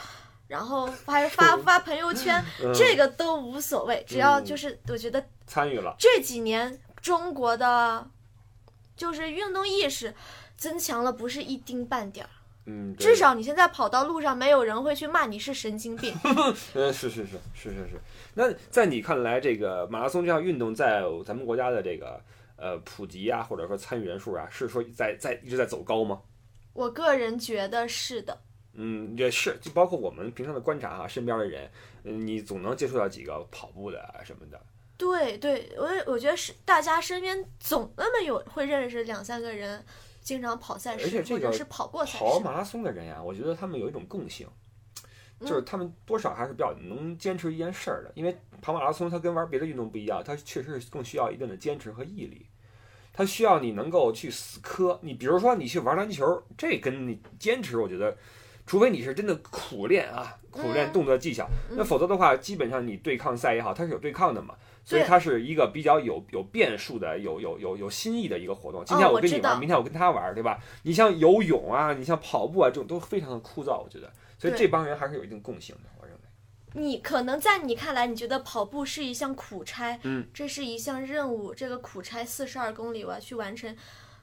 Speaker 2: 然后 还发发朋友圈，
Speaker 1: 哦嗯
Speaker 2: 这个都无所谓，只要就是我觉得
Speaker 1: 参与了，
Speaker 2: 这几年中国的就是运动意识增强了，不是一丁半点儿。
Speaker 1: 嗯，对
Speaker 2: 至少你现在跑到路上，没有人会去骂你是神 经病。
Speaker 1: 呃，是是是是是是。那在你看来，这个马拉松这项运动在咱们国家的这个呃普及啊，或者说参与人数啊，是说在在一直在走高吗？
Speaker 2: 我个人觉得是的，
Speaker 1: 嗯，也是，就包括我们平常的观察啊，身边的人，嗯，你总能接触到几个跑步的啊什么的。
Speaker 2: 对对，我也我觉得是大家身边总那么有会认识两三个人，经常跑赛
Speaker 1: 而
Speaker 2: 事
Speaker 1: 且这
Speaker 2: 或
Speaker 1: 个
Speaker 2: 者是跑过赛
Speaker 1: 跑
Speaker 2: 事。
Speaker 1: 马拉松的人呀、我觉得他们有一种共性，
Speaker 2: 嗯
Speaker 1: 就是他们多少还是比较能坚持一件事儿的。因为跑马拉松，它跟玩别的运动不一样，它确实是更需要一定的坚持和毅力。它需要你能够去死磕。你比如说，你去玩篮球，这跟你坚持，我觉得，除非你是真的苦练啊，苦练
Speaker 2: 嗯
Speaker 1: 动作技巧，那
Speaker 2: 嗯
Speaker 1: 否则的话，基本上你对抗赛也好，它是有对抗的嘛。所以
Speaker 2: 对
Speaker 1: 它是一个比较有有变数的、有有有有新意的一个活动。今
Speaker 2: 哦
Speaker 1: 天
Speaker 2: 我
Speaker 1: 跟
Speaker 2: 知
Speaker 1: 你玩，
Speaker 2: 道
Speaker 1: 明天我跟他玩，对吧？你像游泳啊，你像跑步啊，这种都非常的枯燥，我觉得。所以
Speaker 2: 对
Speaker 1: 这帮人还是有一定共性的，我认为。
Speaker 2: 你可能在你看来，你觉得跑步是一项苦差，
Speaker 1: 嗯，
Speaker 2: 这是一项任务，这个苦差四十二公里我要去完成，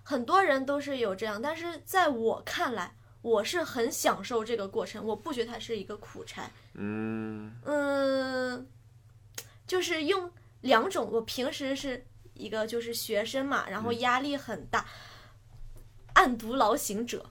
Speaker 2: 很多人都是有这样，但是在我看来，我是很享受这个过程，我不觉得它是一个苦差，
Speaker 1: 嗯，
Speaker 2: 嗯，就是用两种，我平时是一个就是学生嘛，然后
Speaker 1: 嗯
Speaker 2: 压力很大，案牍劳形者。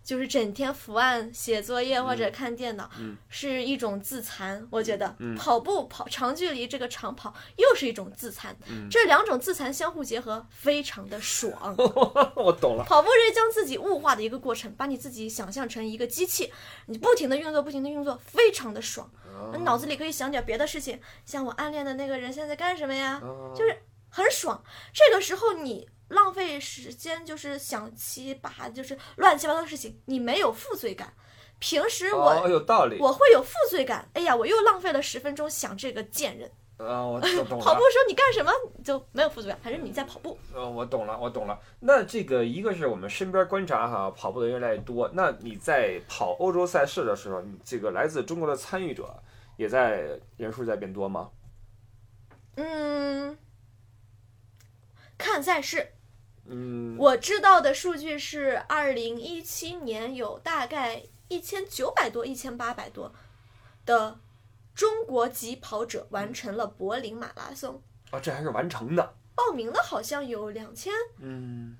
Speaker 2: 就是整天伏案写作业或者看电脑，
Speaker 1: 嗯
Speaker 2: 是一种自残。我觉得、
Speaker 1: 嗯
Speaker 2: 跑步跑长距离这个长跑又是一种自残，
Speaker 1: 嗯
Speaker 2: 这两种自残相互结合，非常的爽。
Speaker 1: 我懂了。
Speaker 2: 跑步是将自己物化的一个过程，把你自己想象成一个机器，你不停的运作，不停的运作，非常的爽。你脑子里可以想点别的事情，像我暗恋的那个人现在干什么呀，
Speaker 1: 啊
Speaker 2: 就是很爽。这个时候你浪费时间，就是想七八，就是乱七八糟的事情，你没有负罪感。平时我、
Speaker 1: 哦，有道理。
Speaker 2: 我会有负罪感，哎呀，我又浪费了十分钟想这个贱人。
Speaker 1: 啊，我懂懂
Speaker 2: 跑
Speaker 1: 了
Speaker 2: 步。的时候你干什么你就没有负罪感，反正你在跑步。
Speaker 1: 呃，我懂了，我懂了。那这个一个是我们身边观察哈，跑步的越来越多。那你在跑欧洲赛事的时候，你这个来自中国的参与者也在人数在变多吗？
Speaker 2: 嗯，看赛事，
Speaker 1: 嗯，
Speaker 2: 我知道的数据是，二零一七年有大概一千九百多、一千八百多的中国籍跑者完成了柏林马拉松，
Speaker 1: 啊，这还是完成的。
Speaker 2: 报名的好像有两千。
Speaker 1: 嗯，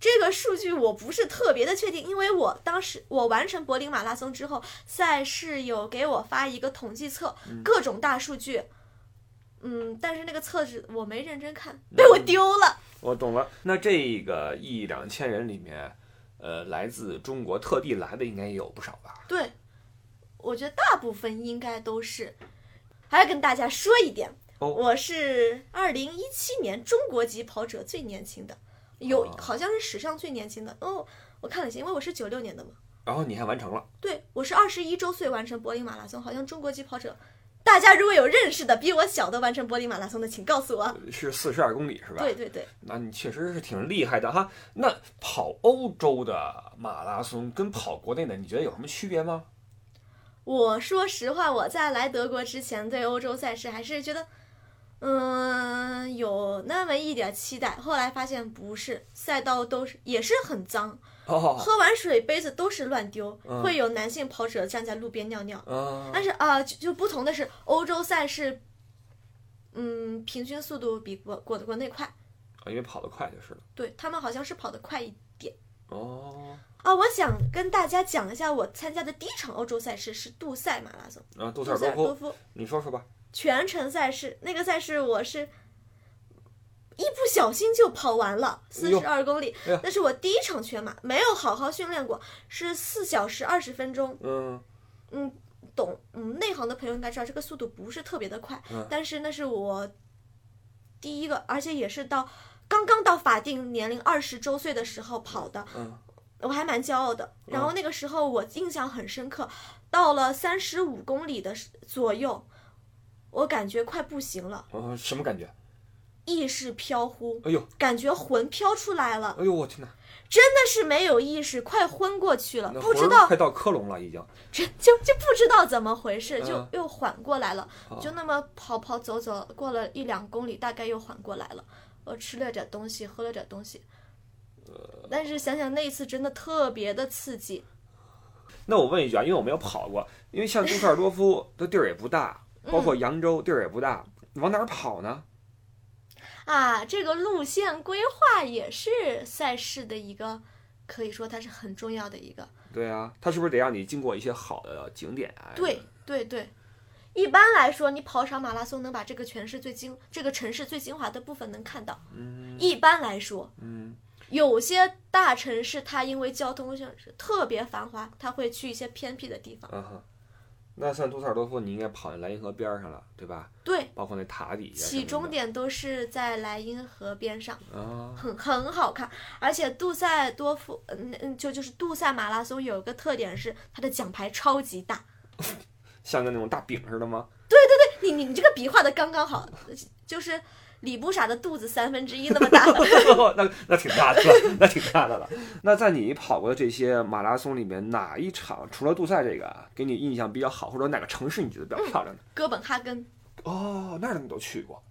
Speaker 2: 这个数据我不是特别的确定，因为我当时我完成柏林马拉松之后，赛事有给我发一个统计册，各种大数据。嗯，但是那个册子我没认真看，被我丢了。
Speaker 1: 我懂了。那这个一两千人里面，呃，来自中国特地来的应该也有不少吧？
Speaker 2: 对，我觉得大部分应该都是。还要跟大家说一点，
Speaker 1: 哦
Speaker 2: 我是二零一七年中国籍跑者最年轻的，有、
Speaker 1: 哦
Speaker 2: 好像是史上最年轻的哦。我看了一下，因为我是九六年的嘛，
Speaker 1: 然后你还完成了，
Speaker 2: 对我是二十一周岁完成柏林马拉松，好像中国籍跑者。大家如果有认识的比我小的完成柏林马拉松的，请告诉我。
Speaker 1: 是四十二公里是吧？
Speaker 2: 对，对对，
Speaker 1: 那你确实是挺厉害的哈。那跑欧洲的马拉松跟跑国内的，你觉得有什么区别吗？
Speaker 2: 我说实话，我在来德国之前对欧洲赛事还是觉得，嗯，有那么一点期待。后来发现不是，赛道都是也是很脏，
Speaker 1: 哦，
Speaker 2: 喝完水杯子都是乱丢，
Speaker 1: 嗯
Speaker 2: 会有男性跑者站在路边尿尿。
Speaker 1: 嗯、
Speaker 2: 但是啊、就就不同的是，欧洲赛事，嗯，平均速度比国国国内快，
Speaker 1: 啊因为跑得快就是了。
Speaker 2: 对他们好像是跑得快一点。
Speaker 1: 哦，
Speaker 2: 啊，我想跟大家讲一下，我参加的第一场欧洲赛事是杜塞马拉松，
Speaker 1: 啊，杜
Speaker 2: 杜
Speaker 1: 塞尔
Speaker 2: 塞
Speaker 1: 多
Speaker 2: 尔多
Speaker 1: 夫，
Speaker 2: 夫。
Speaker 1: 你说说吧。
Speaker 2: 全程赛事，那个赛事我是一不小心就跑完了
Speaker 1: 哎
Speaker 2: 四
Speaker 1: 呦
Speaker 2: 十二公里
Speaker 1: 哎呀，
Speaker 2: 那、是我第一场全马，没有好好训练过，是四小时二十分钟。
Speaker 1: 嗯，
Speaker 2: 懂，嗯，内行的朋友应该知道，这个速度不是特别的快，
Speaker 1: 嗯
Speaker 2: 但是那是我第一个，而且也是到刚刚到法定年龄二十周岁的时候跑的，
Speaker 1: 嗯
Speaker 2: 我还蛮骄傲的。然后那个时候我印象很深刻，到了三十五公里的时左右，我感觉快不行了，
Speaker 1: 呃，什么感觉？
Speaker 2: 意识飘忽，
Speaker 1: 哎呦，
Speaker 2: 感觉魂飘出来了，
Speaker 1: 哎呦，我天哪，
Speaker 2: 真的是没有意识，快昏过去了，
Speaker 1: 那
Speaker 2: 不
Speaker 1: 魂
Speaker 2: 知
Speaker 1: 儿
Speaker 2: 道
Speaker 1: 快到科隆了，已经。
Speaker 2: 这就就不知道怎么回事，就
Speaker 1: 嗯
Speaker 2: 又缓过来了，
Speaker 1: 哦
Speaker 2: 就那么跑跑走走，过了一两公里，大概又缓过来了。我吃了点东西，喝了点东西，
Speaker 1: 呃
Speaker 2: 但是想想那一次真的特别的刺激，
Speaker 1: 那我问一句啊，因为我没有跑过，因为像杜塞尔多夫它地儿也不大，
Speaker 2: 嗯
Speaker 1: 包括扬州地儿也不大，往哪儿跑呢？
Speaker 2: 啊，这个路线规划也是赛事的一个，可以说它是很重要的一个。
Speaker 1: 对啊，它是不是得让你经过一些好的景点啊？
Speaker 2: 对对对，一般来说，你跑场马拉松能把这个全市最精、这个城市最精华的部分能看到。
Speaker 1: 嗯
Speaker 2: 一般来说，
Speaker 1: 嗯，
Speaker 2: 有些大城市它因为交通性是特别繁华，它会去一些偏僻的地方。
Speaker 1: 啊哈。那像杜塞尔多夫，你应该跑进莱茵河边儿上了，对吧？
Speaker 2: 对，
Speaker 1: 包括那塔底下什么的。
Speaker 2: 起终点都是在莱茵河边上。
Speaker 1: 啊，
Speaker 2: 很很好看，而且杜塞多夫，嗯嗯，就就是杜塞马拉松有一个特点是它的奖牌超级大，
Speaker 1: 像个那种大饼似的吗？
Speaker 2: 你你你这个笔画的刚刚好，就是李布傻的肚子三分之一那么大。
Speaker 1: 那那挺大的了，那挺大的了。那在你跑过的这些马拉松里面，哪一场除了杜塞这个啊，给你印象比较好，或者哪个城市你觉得比
Speaker 2: 嗯
Speaker 1: 较漂亮的？
Speaker 2: 哥本哈根，
Speaker 1: 哦，那儿你都去过。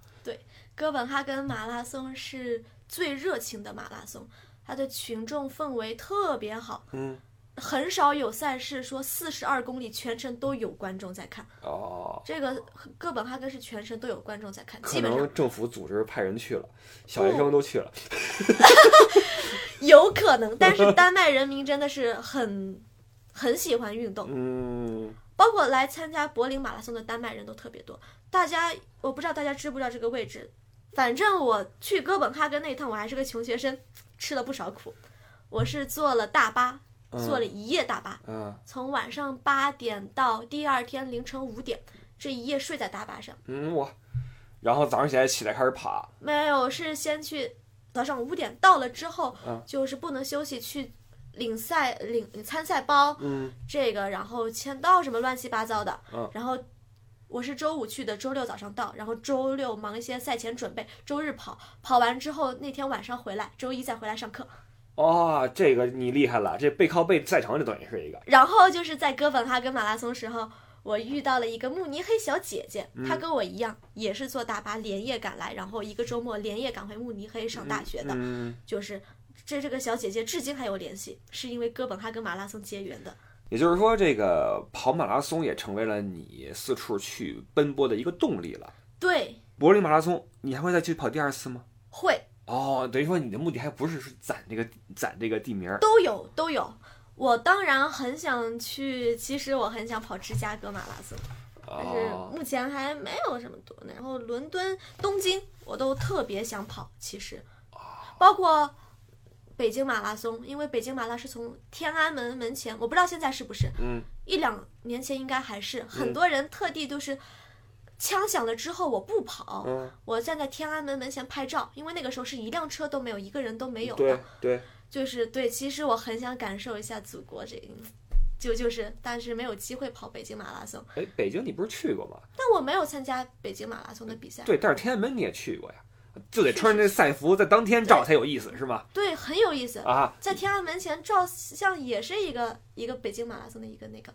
Speaker 2: 哥本哈根马拉松是最热情的马拉松，它的群众氛围特别好，
Speaker 1: 嗯，
Speaker 2: 很少有赛事说四十二公里全程都有观众在看，
Speaker 1: 哦，
Speaker 2: 这个哥本哈根是全程都有观众在看，
Speaker 1: 可
Speaker 2: 基本上
Speaker 1: 能政府组织派人去了，小学生都去了。
Speaker 2: 有可能，但是丹麦人民真的是很很喜欢运动，
Speaker 1: 嗯，
Speaker 2: 包括来参加柏林马拉松的丹麦人都特别多。大家我不知道大家知不知道这个位置，反正我去哥本哈根那一趟，我还是个穷学生，吃了不少苦。我是坐了大巴，
Speaker 1: 嗯
Speaker 2: 坐了一夜大巴，
Speaker 1: 嗯
Speaker 2: 从晚上八点到第二天凌晨五点，这一夜睡在大巴上。
Speaker 1: 嗯，我，然后早上起来起来开始爬。
Speaker 2: 没有，是先去早上五点到了之后，
Speaker 1: 嗯
Speaker 2: 就是不能休息，去领赛领领参赛包，
Speaker 1: 嗯
Speaker 2: 这个，然后签到什么乱七八糟的。
Speaker 1: 嗯
Speaker 2: 然后我是周五去的，周六早上到，然后周六忙一些赛前准备，周日跑，跑完之后那天晚上回来，周一再回来上课。
Speaker 1: 哦，这个你厉害了，这背靠背赛程这等于是一个。
Speaker 2: 然后就是在哥本哈根马拉松时候。我遇到了一个慕尼黑小姐姐，
Speaker 1: 嗯
Speaker 2: 她跟我一样，也是坐大巴连夜赶来，然后一个周末连夜赶回慕尼黑上大学的。
Speaker 1: 嗯，
Speaker 2: 就是这这个小姐姐至今还有联系，是因为哥本哈根马拉松结缘的。
Speaker 1: 也就是说，这个跑马拉松也成为了你四处去奔波的一个动力了。
Speaker 2: 对，
Speaker 1: 柏林马拉松，你还会再去跑第二次吗？
Speaker 2: 会
Speaker 1: 哦，等于说你的目的还不是是攒这个攒这个地名儿。
Speaker 2: 都有都有。我当然很想去，其实我很想跑芝加哥马拉松，但是
Speaker 1: 哦，
Speaker 2: 目前还没有什么多。然后伦敦、东京我都特别想跑，其实，
Speaker 1: 哦
Speaker 2: 包括北京马拉松，因为北京马拉是从天安门门前，我不知道现在是不是，
Speaker 1: 嗯，
Speaker 2: 一两年前应该还是很多人特地都是枪响了之后我不跑，
Speaker 1: 嗯
Speaker 2: 我站在天安门门前拍照，因为那个时候是一辆车都没有，一个人都没有
Speaker 1: 对
Speaker 2: 的。
Speaker 1: 对，
Speaker 2: 就是对，其实我很想感受一下祖国这个，就就是，但是没有机会跑北京马拉松，
Speaker 1: 哎，北京你不是去过吗？
Speaker 2: 但我没有参加北京马拉松的比赛，
Speaker 1: 对，但是天安门你也去过呀，就得穿着那赛服，在当天照才有意思，是吗？
Speaker 2: 对，很有意思。
Speaker 1: 啊，
Speaker 2: 在天安门前照相也是一个一个北京马拉松的一个那个，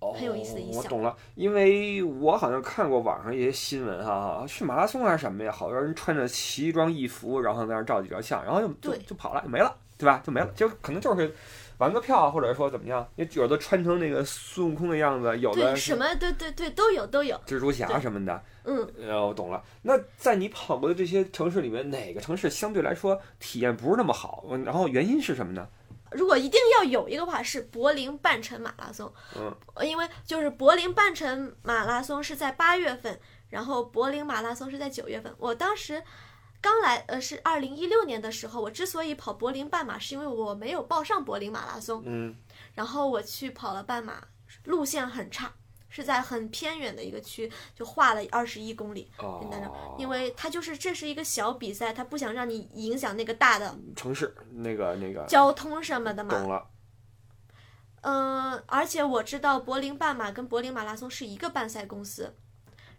Speaker 1: 哦
Speaker 2: 很有意思的意
Speaker 1: 我
Speaker 2: 象
Speaker 1: 懂了，因为我好像看过网上一些新闻哈、去马拉松还是什么呀，好多人穿着奇装异服，然后在那儿照几张相，然后就就
Speaker 2: 对
Speaker 1: 就跑了，没了，对吧？就没了，就可能就是玩个票，啊或者说怎么样，因为有的穿成那个孙悟空的样子，有
Speaker 2: 对，
Speaker 1: 的
Speaker 2: 什么，对对对，都有都有，
Speaker 1: 蜘蛛侠什么的，
Speaker 2: 嗯，
Speaker 1: 呃，我懂了。那在你跑过的这些城市里面，哪个城市相对来说体验不是那么好？嗯然后原因是什么呢？
Speaker 2: 如果一定要有一个话，是柏林半程马拉松。
Speaker 1: 嗯
Speaker 2: 呃，因为就是柏林半程马拉松是在八月份，然后柏林马拉松是在九月份。我当时刚来，呃，是二零一六年的时候，我之所以跑柏林半马，是因为我没有报上柏林马拉松，
Speaker 1: 嗯
Speaker 2: 然后我去跑了半马，路线很差，是在很偏远的一个区，就画了二十一公里。
Speaker 1: 哦
Speaker 2: 在那儿，因为它就是这是一个小比赛，它不想让你影响那个大的
Speaker 1: 城市那个那个
Speaker 2: 交通什么的嘛。
Speaker 1: 懂了，
Speaker 2: 嗯、而且我知道柏林半马跟柏林马拉松是一个办赛公司，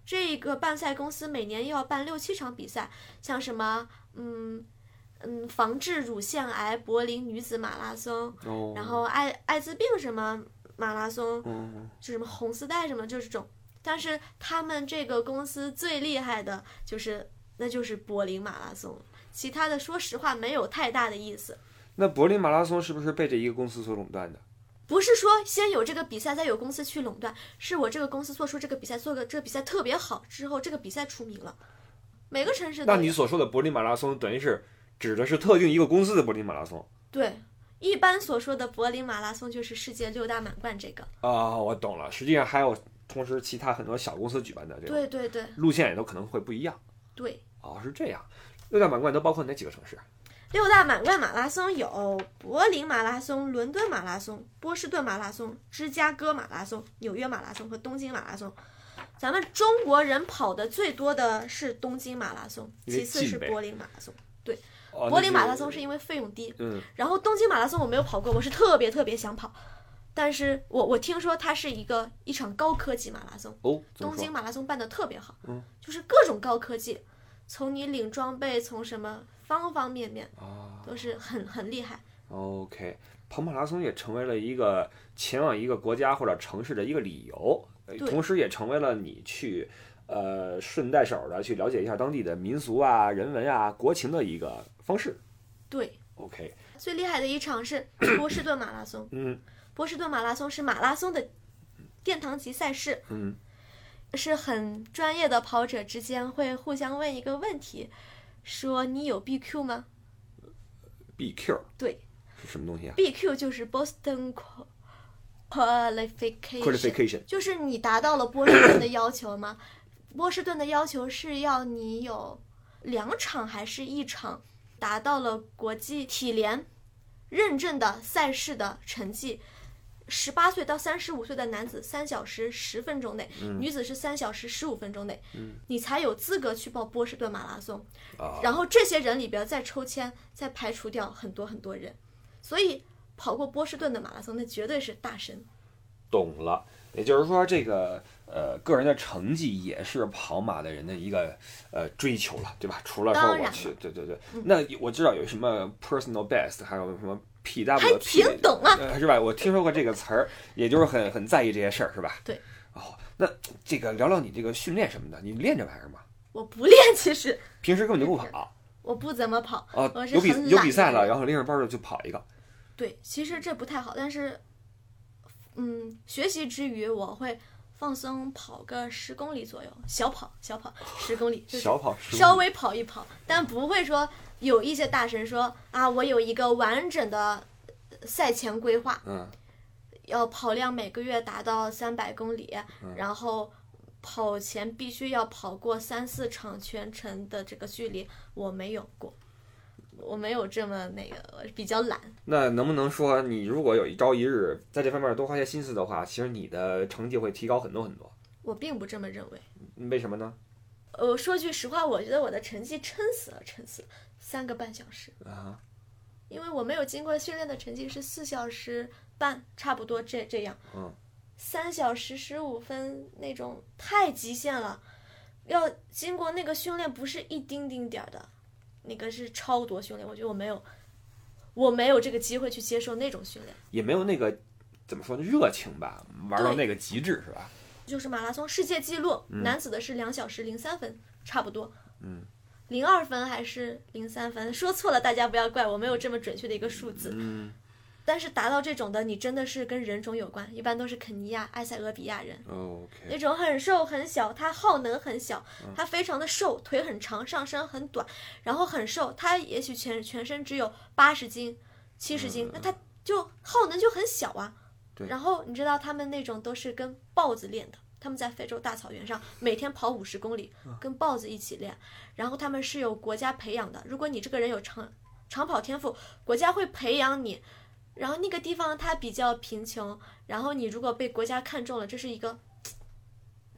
Speaker 2: 这个办赛公司每年要办六七场比赛，像什么，嗯嗯，防治乳腺癌柏林女子马拉松，
Speaker 1: 哦，
Speaker 2: 然后艾艾滋病什么马拉松，
Speaker 1: 哦，
Speaker 2: 就什么红丝带什么，就是这种。但是他们这个公司最厉害的就是，那就是柏林马拉松，其他的说实话没有太大的意思。
Speaker 1: 那柏林马拉松是不是被这一个公司所垄断的？
Speaker 2: 不是说先有这个比赛，再有公司去垄断，是我这个公司做出这个比赛，做个这个比赛特别好之后，这个比赛出名了，每个城市都
Speaker 1: 那你
Speaker 2: 有。
Speaker 1: 所说的柏林马拉松，等于是指的是特定一个公司的柏林马拉松
Speaker 2: 对，一般所说的柏林马拉松就是世界六大满贯这个。
Speaker 1: 啊？我懂了，实际上还有同时其他很多小公司举办的这种
Speaker 2: 对对对
Speaker 1: 路线也都可能会不一样
Speaker 2: 对，
Speaker 1: 哦，是这样。六大满贯都包括哪几个城市？
Speaker 2: 六大满贯马拉松有柏林马拉松、伦敦马拉松、波士顿马拉松、芝加哥马拉松、纽约马拉松和东京马拉松。咱们中国人跑的最多的是东京马拉松，
Speaker 1: 因为
Speaker 2: 其次是
Speaker 1: 近呗
Speaker 2: 柏林马拉松。
Speaker 1: 哦，
Speaker 2: 柏
Speaker 1: 那
Speaker 2: 林
Speaker 1: 就
Speaker 2: 马拉松是因为费用低，
Speaker 1: 嗯，
Speaker 2: 然后东京马拉松我没有跑过，我是特别特别想跑，但是我我听说它是一个一场高科技马拉松，
Speaker 1: 哦，怎么
Speaker 2: 东
Speaker 1: 说
Speaker 2: 京？马拉松办的特别好，
Speaker 1: 嗯
Speaker 2: 就是各种高科技，从你领装备，从什么方方面面
Speaker 1: 啊
Speaker 2: 都是很很厉害。
Speaker 1: ，OK，跑马拉松也成为了一个前往一个国家或者城市的一个理由，呃
Speaker 2: 对
Speaker 1: 同时也成为了你去呃顺带手的去了解一下当地的民俗啊、人文啊、国情的一个方式。
Speaker 2: 对，
Speaker 1: OK，
Speaker 2: 最厉害的一 场是波士顿马拉松，
Speaker 1: 嗯
Speaker 2: 波士顿马拉松是马拉松的殿堂级赛事，
Speaker 1: 嗯，
Speaker 2: 是很专业的跑者之间会互相问一个问题，说你有 BQ 吗？
Speaker 1: BQ
Speaker 2: 对
Speaker 1: 是什么东西啊
Speaker 2: BQ 就是 Boston Qua- Qualification，
Speaker 1: ？Qualification
Speaker 2: 就是你达到了波士顿的要求吗？ 波士顿的要求是要你有两场还是一场达到了国际体联认证的赛事的成绩。十八岁到三十五岁的男子三小时十分钟内，女子是三小时十五分钟内，你才有资格去报波士顿马拉松。
Speaker 1: 啊，
Speaker 2: 然后这些人里边再抽签，再排除掉很多很多人，所以跑过波士顿的马拉松，那绝对是大神。
Speaker 1: 懂了。也就是说，这个呃，个人的成绩也是跑马的人的一个呃追求了，对吧？除了说
Speaker 2: 当然
Speaker 1: 我
Speaker 2: 了嗯
Speaker 1: 去，对对对，那我知道有什么 personal best，还有什么 PW，
Speaker 2: 还挺懂 啊
Speaker 1: 呃是吧？我听说过这个词儿，也就是很很在意这些事儿，是吧？
Speaker 2: 对。
Speaker 1: 哦，那这个聊聊你这个训练什么的，你练这玩意儿吗？
Speaker 2: 我不练，其实
Speaker 1: 平时根本就不跑
Speaker 2: 我不怎么跑。
Speaker 1: 啊
Speaker 2: 我，是
Speaker 1: 有比
Speaker 2: 很懒
Speaker 1: 有比赛了，
Speaker 2: 的人
Speaker 1: 然后拎着包就去跑一个。
Speaker 2: 对，其实这不太好，但是，嗯，学习之余我会放松跑个十公里左右，小跑小跑十公里，就是
Speaker 1: 小跑十公里
Speaker 2: 稍微跑一跑，但不会说有一些大神说啊，我有一个完整的呃赛前规划，
Speaker 1: 嗯，
Speaker 2: 要跑量每个月达到三百公里，然后跑前必须要跑过三四场全程的这个距离，我没有过，我没有这么那个，我比较懒。
Speaker 1: 那能不能说，你如果有一朝一日在这方面多花些心思的话，其实你的成绩会提高很多很多？嗯
Speaker 2: 我并不这么认为。
Speaker 1: 为什么呢？
Speaker 2: 呃，说句实话，我觉得我的成绩撑死了，撑死了三个半小时，
Speaker 1: 啊，
Speaker 2: 因为我没有经过训练的成绩是四小时半，差不多这这样。
Speaker 1: 嗯，
Speaker 2: 三小时十五分那种太极限了，要经过那个训练不是一丁丁点儿的，那个是超多训练。我觉得我没有，我没有这个机会去接受那种训练。
Speaker 1: 也没有那个怎么说呢热情吧，玩到
Speaker 2: 对
Speaker 1: 那个极致是吧？
Speaker 2: 就是马拉松世界纪录，男子的是两小时零三分，差不多。零二分还是零三分？说错了，大家不要怪我，没有这么准确的一个数字。
Speaker 1: 嗯，
Speaker 2: 但是达到这种的，你真的是跟人种有关，一般都是肯尼亚、埃塞俄比亚人。
Speaker 1: 嗯 OK，
Speaker 2: 那种很瘦很小，他耗能很小，他非常的瘦，腿很长，上身很短，然后很瘦，他也许全全身只有八十斤、七十斤，那他就耗能就很小啊。
Speaker 1: 对
Speaker 2: 然后你知道他们那种都是跟豹子练的，他们在非洲大草原上每天跑五十公里，跟豹子一起练，然后他们是有国家培养的，如果你这个人有长长跑天赋，国家会培养你。然后那个地方它比较贫穷，然后你如果被国家看中了，这是一个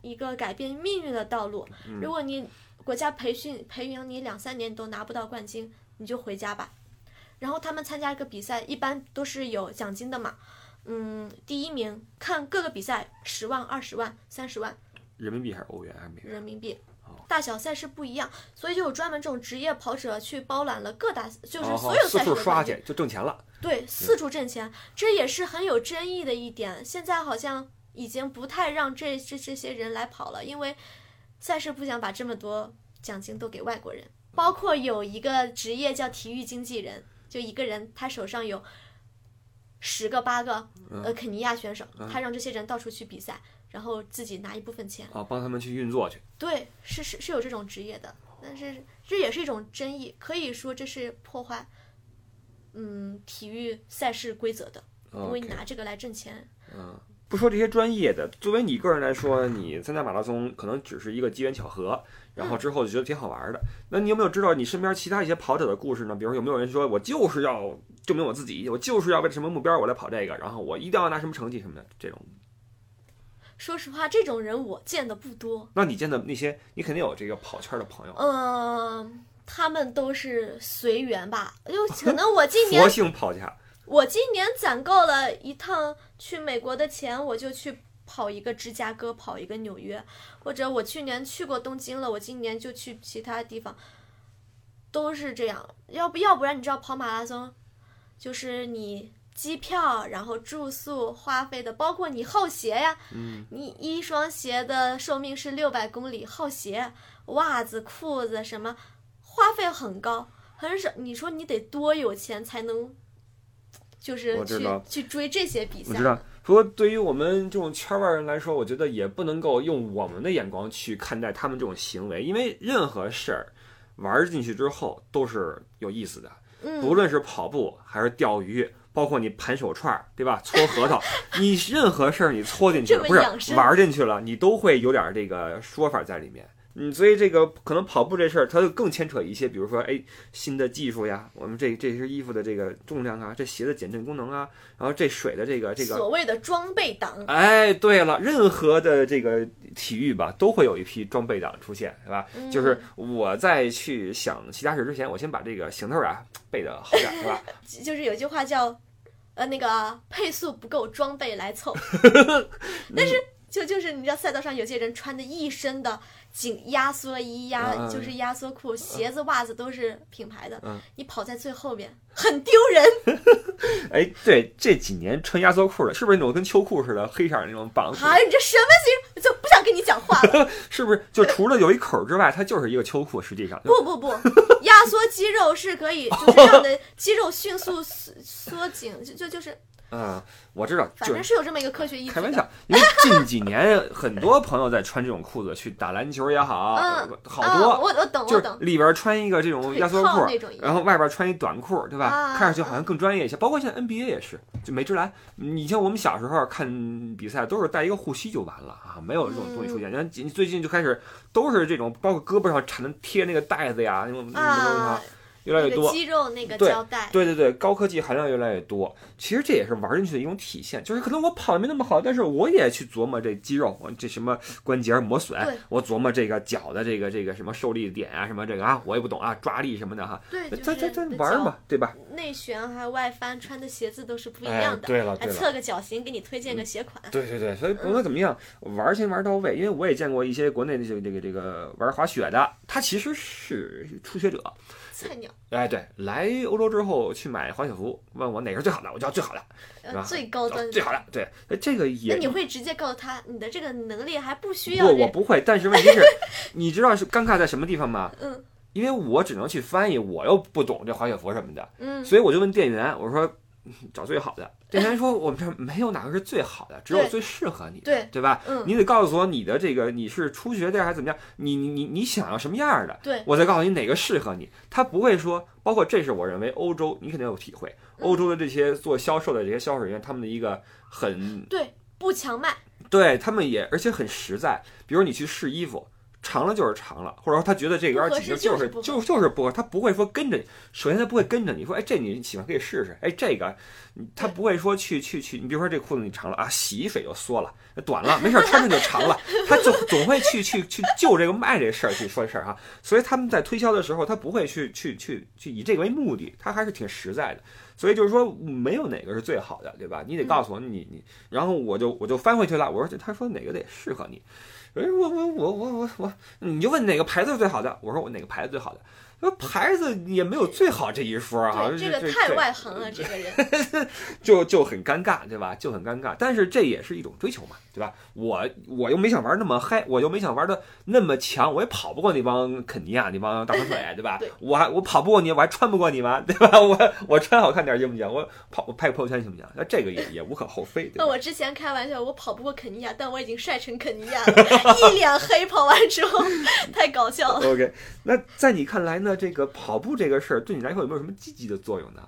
Speaker 2: 一个改变命运的道路。
Speaker 1: 嗯
Speaker 2: 如果你国家培训培养你两三年你都拿不到冠军，你就回家吧。然后他们参加一个比赛，一般都是有奖金的嘛。嗯，第一名，看各个比赛十万、二十万、三十万
Speaker 1: 人民币还是欧元还是美元？
Speaker 2: 人民币
Speaker 1: 哦，
Speaker 2: 大小赛事不一样，所以就有专门这种职业跑者去包揽了各大，就是
Speaker 1: 哦
Speaker 2: 所有
Speaker 1: 四
Speaker 2: 赛事
Speaker 1: 处
Speaker 2: 的
Speaker 1: 刷
Speaker 2: 冠军。
Speaker 1: 去就挣钱了。
Speaker 2: 对，四处挣钱，这也是很有争议的一点。现在好像已经不太让这这这些人来跑了，因为赛事不想把这么多奖金都给外国人。包括有一个职业叫体育经纪人，就一个人，他手上有十个八个呃肯尼亚选手，他让这些人到处去比赛，然后自己拿一部分钱。
Speaker 1: 啊，帮他们去运作去，
Speaker 2: 对，是是是有这种职业的，但是这也是一种争议，可以说这是破坏，嗯，体育赛事规则的，因为你
Speaker 1: OK 嗯
Speaker 2: 拿这个来挣钱。
Speaker 1: 不说这些专业的，作为你个人来说，你参加马拉松可能只是一个机缘巧合，然后之后就觉得挺好玩的。那你有没有知道你身边其他一些跑者的故事呢？比如说有没有人说我就是要证明我自己，我就是要为了什么目标我来跑这个，然后我一定要拿什么成绩什么的这种？
Speaker 2: 说实话，这种人我见的不多，
Speaker 1: 那你见的那些，你肯定有这个跑圈的朋友，
Speaker 2: 嗯、他们都是随缘吧，就可能我今年
Speaker 1: 佛性跑家，
Speaker 2: 我今年攒够了一趟去美国的钱，我就去跑一个芝加哥，跑一个纽约，或者我去年去过东京了，我今年就去其他地方，都是这样。要不要不然你知道跑马拉松，就是你机票，然后住宿花费的，包括你耗鞋呀，
Speaker 1: 嗯，
Speaker 2: 你一双鞋的寿命是六百公里，耗鞋、袜子、裤子什么，花费很高，很少。你说你得多有钱才能，就是
Speaker 1: 我知
Speaker 2: 去
Speaker 1: 道
Speaker 2: 去追这些比
Speaker 1: 我
Speaker 2: 赛
Speaker 1: 知？道。不过对于我们这种圈外人来说，我觉得也不能够用我们的眼光去看待他们这种行为，因为任何事儿玩进去之后都是有意思的。
Speaker 2: 嗯，
Speaker 1: 不论是跑步还是钓鱼，包括你盘手串儿，对吧？搓核 桃，你任何事儿你搓进去
Speaker 2: 这么
Speaker 1: 不是
Speaker 2: 养生
Speaker 1: 玩儿进去了，你都会有点儿这个说法在里面。嗯，所以这个可能跑步这事儿，它就更牵扯一些，比如说，哎，新的技术呀，我们这这身衣服的这个重量啊，这鞋的减震功能啊，然后这水的这个这个，
Speaker 2: 所谓的装备 党，
Speaker 1: 哎，对了，任何的这个体育吧，都会有一批装备党出现，对吧？
Speaker 2: 嗯
Speaker 1: 就是我在去想其他事之前，我先把这个行头啊背的好点儿， 是吧？
Speaker 2: 就是有句话叫，呃，那个配速不够，装备来 凑。但
Speaker 1: 嗯
Speaker 2: 是就就是你知道赛道上有些人穿的一身的紧压缩衣压、
Speaker 1: 嗯嗯
Speaker 2: 就是压缩裤，鞋子袜子都是品牌的，
Speaker 1: 嗯
Speaker 2: 你跑在最后面很丢人。
Speaker 1: 哎，对，这几年穿压缩裤的，是不是那种跟秋裤似的黑色儿那种绑子？
Speaker 2: 啊，你这什么形？我就不想跟你讲话 了。
Speaker 1: 是不是就除了有一口儿之外，它就是一个秋裤？实际上，
Speaker 2: 不不不，压缩肌肉是可以，就是让你的肌肉迅速缩缩紧，就就就是，
Speaker 1: 嗯，我知道，
Speaker 2: 反
Speaker 1: 就
Speaker 2: 正
Speaker 1: 是
Speaker 2: 是有这 么一个科学依据
Speaker 1: 开玩
Speaker 2: 的。
Speaker 1: 笑，因为近几年很多朋友在穿这种裤子去打篮球也好，
Speaker 2: 嗯
Speaker 1: 好
Speaker 2: 啊，
Speaker 1: 多
Speaker 2: 我我懂
Speaker 1: 就是
Speaker 2: 我懂。
Speaker 1: 里边穿一个这种压缩裤
Speaker 2: 腿套那种一，样
Speaker 1: 然后外边穿一短裤，对吧？
Speaker 2: 啊
Speaker 1: 看上去好像更专业一些。包括现在 NBA 也是，就美职篮，以嗯前我们小时候看比赛都是带一个护膝就完了啊，没有这种东西出
Speaker 2: 嗯
Speaker 1: 现。然后最近就开始都是这种，包括胳膊上缠的贴那个带子呀，那种那种东西啊
Speaker 2: 啊，，
Speaker 1: 越来
Speaker 2: 那
Speaker 1: 越
Speaker 2: 个
Speaker 1: 多。
Speaker 2: 肌肉那个
Speaker 1: 对
Speaker 2: 胶带，
Speaker 1: 对对对，高科技含量越来越多，其实这也是玩进去的一种体现。就是可能我跑的没那么好，但是我也去琢磨这肌肉，我这什么关节磨损
Speaker 2: 对，
Speaker 1: 我琢磨这个脚的这个这个什么受力点啊，什么这个啊，我也不懂啊，抓力什么的哈，
Speaker 2: 对，就是
Speaker 1: 哎咱咱咱
Speaker 2: 你的
Speaker 1: 玩儿
Speaker 2: 脚
Speaker 1: 嘛，对吧？
Speaker 2: 内旋还有外翻，穿的鞋子都是不一
Speaker 1: 哎
Speaker 2: 样，的，
Speaker 1: 对了嗯
Speaker 2: 还
Speaker 1: 对了。
Speaker 2: 测个脚型，给你推荐个鞋款。
Speaker 1: 对对对，所以甭管怎么样，玩儿先玩到位。因为我也见过一些国内的这个这个这个玩滑雪的，他其实是初学者，
Speaker 2: 菜鸟，
Speaker 1: 哎，对，来欧洲之后去买滑雪服，问我哪个是最好的，我就要最好的，
Speaker 2: 呃，
Speaker 1: 啊
Speaker 2: 最高端
Speaker 1: 最
Speaker 2: 的。
Speaker 1: 好的。对，那这个
Speaker 2: 那
Speaker 1: 也
Speaker 2: 你会直接告诉他，你的这个能力还不需要
Speaker 1: 不，我
Speaker 2: 人，
Speaker 1: 不会。但是问题是，你知道是尴尬在什么地方吗？
Speaker 2: 嗯
Speaker 1: 因为我只能去翻译，我又不懂这滑雪服什么的，
Speaker 2: 嗯，
Speaker 1: 所以我就问店员，我说 嗯找最好的。店员说我们这儿没有哪个是最好的，只有
Speaker 2: 对
Speaker 1: 最适合你的，
Speaker 2: 对
Speaker 1: 对吧？
Speaker 2: 嗯，
Speaker 1: 你得告诉我你的这个你是初学的还是怎么样，你你你你想要什么样儿的，
Speaker 2: 对
Speaker 1: 我再告诉你哪个适合你。他不会说，包括这是我认为欧洲，你肯定有体会，
Speaker 2: 嗯
Speaker 1: 欧洲的这些做销售的这些销售人员，他们的一个很
Speaker 2: 对，不强卖，
Speaker 1: 对他们也而且很实在。比如你去试衣服。长了就是长了，或者说他觉得这个有点紧
Speaker 2: 不
Speaker 1: 就
Speaker 2: 合适
Speaker 1: 是
Speaker 2: 就是不
Speaker 1: 就就是不合适，他不会说跟着你。首先他不会跟着你说，哎，这你喜欢可以试试，哎，这个你他不会说去去去。你比如说这裤子你长了啊，洗一水就缩了，短了没事儿穿上就长 了，他总总会去去去就这个卖这事儿去说事儿哈。啊所以他们在推销的时候，他不会去去去去以这个为目的，他还是挺实在的。所以就是说没有哪个是最好的，对吧？你得告诉我你你，然后我就我就翻回去了，我说他说哪个得适合你，哎我我我我我我，你就问哪个牌子是最好的，我说我哪个牌子最好的。说牌子也没有最好这一说啊，
Speaker 2: 对，这
Speaker 1: 这嗯
Speaker 2: 个太外行了，这个人。
Speaker 1: 就就很尴尬，对吧？就很尴尬。但是这也是一种追求嘛，对吧？我我又没想玩那么嗨，我又没想玩的那么强，我也跑不过那帮肯尼亚那帮大长腿，对吧？
Speaker 2: 对
Speaker 1: 我还我跑不过你，我还穿不过你吗？ 对吧？我我穿好看点行不行？我跑我拍个朋友圈行不行？那这个也也无可厚非，对吧？
Speaker 2: 哦那我之前开玩笑，我跑不过肯尼亚，但我已经帅成肯尼亚了， 一脸黑，跑完之后太搞笑了。
Speaker 1: OK，那在你看来呢？这个跑步这个事儿对你来说有没有什么积极的作用呢？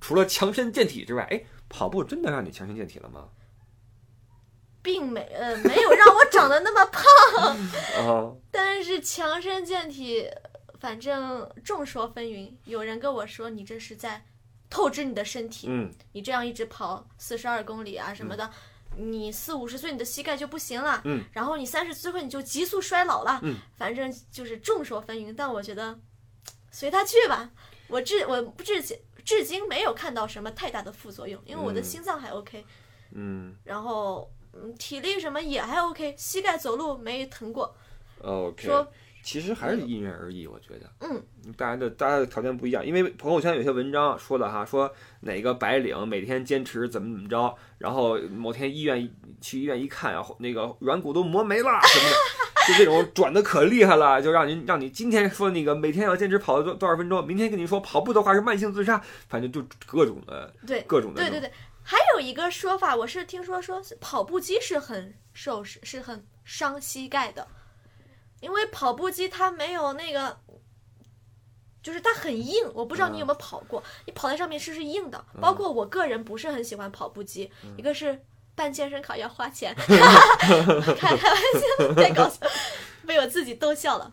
Speaker 1: 除了强身健体之外，哎，跑步真的让你强身健体了吗？
Speaker 2: 并没呃没有让我长得那么 胖，
Speaker 1: 啊、
Speaker 2: 但是强身健体，反正众说纷纭。有人跟我说你这是在透支你的身体，
Speaker 1: 嗯，
Speaker 2: 你这样一直跑四十二公里啊什么的，你四五十岁你的膝盖就不行了，
Speaker 1: 嗯，
Speaker 2: 然后你三十岁后你就急速衰老了，
Speaker 1: 嗯，
Speaker 2: 反正就是众说纷纭。但我觉得随他去吧，我至我至今至今没有看到什么太大的副作用，因为我的
Speaker 1: 嗯
Speaker 2: 心脏还 OK，、
Speaker 1: 嗯
Speaker 2: 然后嗯体力什么也还 OK，膝盖走路没疼过，
Speaker 1: ，OK，
Speaker 2: 说
Speaker 1: 其实还是因人而异，我觉得，
Speaker 2: 嗯，
Speaker 1: 大家的大家的条件不一样，因为朋友圈有些文章说的哈，说哪个白领每天坚持怎么怎么着，然后某天医院去医院一看，然后那个软骨都磨没了什么的。就这种转的可厉害了，就让您让你今天说那个每天要坚持跑多多少分钟，明天跟你说跑步的话是慢性自杀，反正就各种的
Speaker 2: 对
Speaker 1: 各种的
Speaker 2: 对
Speaker 1: 那
Speaker 2: 对
Speaker 1: 种。
Speaker 2: 对，还有一个说法，我是听说说跑步机是很受是是很伤膝盖的，因为跑步机它没有那个，就是它很硬。我不知道
Speaker 1: 嗯
Speaker 2: 你有没有跑过，你跑在上面是是硬的。包括我个人不是很喜欢跑步机，
Speaker 1: 嗯
Speaker 2: 一个是办健身卡要花 钱，开开玩笑，太搞笑，被我自己逗笑了。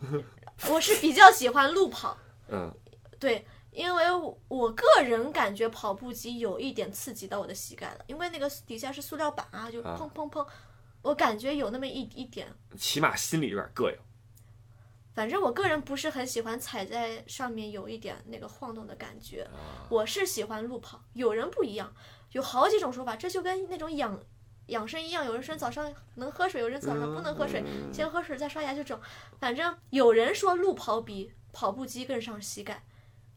Speaker 2: 我是比较喜欢路跑，
Speaker 1: 嗯
Speaker 2: 对，因为我我个人感觉跑步机有一点刺激到我的膝盖了，因为那个底下是塑料板啊，就是
Speaker 1: 啊
Speaker 2: 砰砰砰，我感觉有那么一一点。
Speaker 1: 起码心里有点膈应。
Speaker 2: 反正我个人不是很喜欢踩在上面有一点那个晃动的感觉，
Speaker 1: 啊
Speaker 2: 我是喜欢路跑。有人不一样，有好几种说法，这就跟那种养养生一样，有人说早上能喝水，有人早上不能喝水，
Speaker 1: 嗯
Speaker 2: 先喝水再刷牙这种。反正有人说路跑比跑步机更伤膝盖，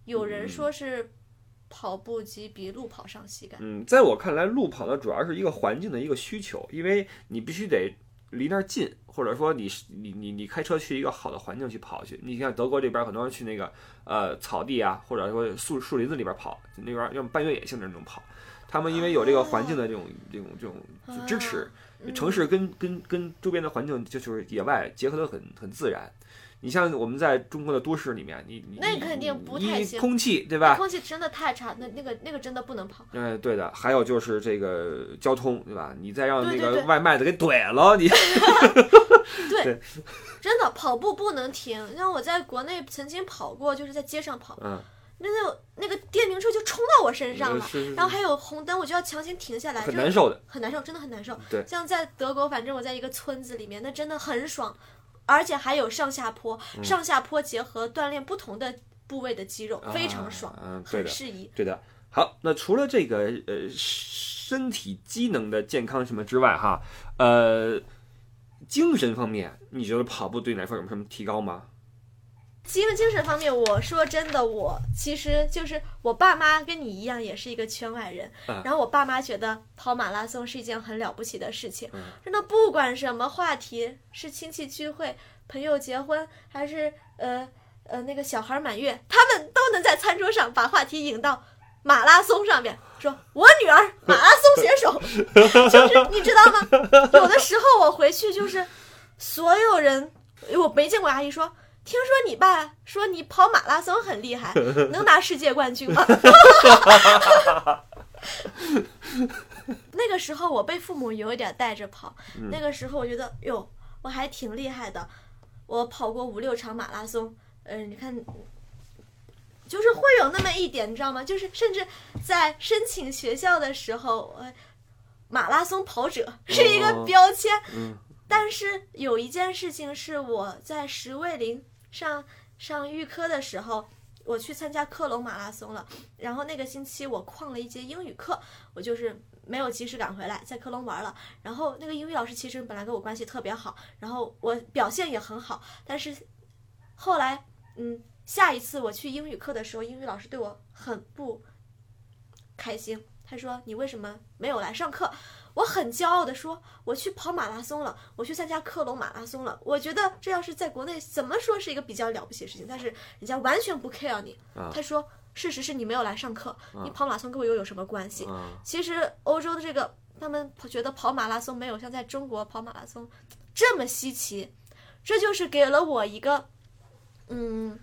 Speaker 2: 有人说是跑步机比路跑伤膝盖。
Speaker 1: 嗯嗯，在我看来，路跑呢主要是一个环境的一个需求，因为你必须得离那儿近，或者说你是你你你开车去一个好的环境去跑去。你像德国这边很多人去那个呃草地啊，或者说树树林子里边跑，那边儿要么半越野性的那种跑。他们因为有这个环境的这种这种这
Speaker 2: 哦
Speaker 1: 种支持，
Speaker 2: 嗯
Speaker 1: 城市跟跟跟周边的环境就就是野外结合的很很自然。你像我们在中国的都市里面，你你
Speaker 2: 那
Speaker 1: 你
Speaker 2: 肯定不
Speaker 1: 你
Speaker 2: 太行
Speaker 1: 空气对吧？
Speaker 2: 空气真的太差，那那个那个真的不能跑。
Speaker 1: 哎，对的，还有就是这个交通，对吧？你再让
Speaker 2: 对
Speaker 1: 那
Speaker 2: 对
Speaker 1: 个
Speaker 2: 对
Speaker 1: 外卖的给怼了， 你
Speaker 2: 真的跑步不能停。像我在国内曾经跑过，就是在街上跑，
Speaker 1: 嗯，
Speaker 2: 那那那个电瓶车就冲到我身上了，
Speaker 1: 是是是
Speaker 2: 然后还有红灯，我就要强行停下来，
Speaker 1: 很
Speaker 2: 就是
Speaker 1: 难受的。
Speaker 2: 很难受，真的很难受。
Speaker 1: 对
Speaker 2: 像在德国，反正我在一个村子里面，那真的很爽，而且还有上下坡，
Speaker 1: 嗯
Speaker 2: 上下坡结合锻炼不同的部位的肌肉，非常爽，
Speaker 1: 啊嗯，对
Speaker 2: 很
Speaker 1: 的，
Speaker 2: 适宜。
Speaker 1: 对的。好，那除了这个呃身体机能的健康什么之外，哈，呃，精神方面，你觉得跑步对你来说有什么提高吗？
Speaker 2: 精精神方面，我说真的，我其实就是我爸妈跟你一样，也是一个圈外人。
Speaker 1: 嗯
Speaker 2: 然后我爸妈觉得跑马拉松是一件很了不起的事情，
Speaker 1: 嗯
Speaker 2: 真的不管什么话题，是亲戚聚会、朋友结婚，还是呃呃那个小孩满月，他们都能在餐桌上把话题引到马拉松上面，说我女儿马拉松选手， 就是你知道吗？有的时候我回去就是所有人，我没见过阿姨说。听说你爸说你跑马拉松很厉害，能拿世界冠军吗？那个时候我被父母有一点带着跑，
Speaker 1: 嗯
Speaker 2: 那个时候我觉得哟，我还挺厉害的，我跑过五六场马拉松，嗯、你看，就是会有那么一点，你知道吗？就是甚至在申请学校的时候，我马拉松跑者是一个
Speaker 1: 哦
Speaker 2: 标签，
Speaker 1: 嗯
Speaker 2: 但是有一件事情是我在十位林上上预科的时候，我去参加科隆马拉松了，然后那个星期我旷了一节英语课，我就是没有及时赶回来，在科隆玩了。然后那个英语老师其实本来跟我关系特别好，然后我表现也很好，但是后来，嗯，下一次我去英语课的时候，英语老师对我很不开心，他说你为什么没有来上课？我很骄傲的说，我去跑马拉松了，我去参加克隆马拉松了。我觉得这要是在国内，怎么说是一个比较了不起的事情，但是人家完全不 care 你。
Speaker 1: 啊
Speaker 2: 他说，事实是你没有来上课，你跑马拉松跟我又有什么关系？
Speaker 1: 啊，
Speaker 2: 其实欧洲的这个，他们觉得跑马拉松没有像在中国跑马拉松这么稀奇，这就是给了我一个，嗯，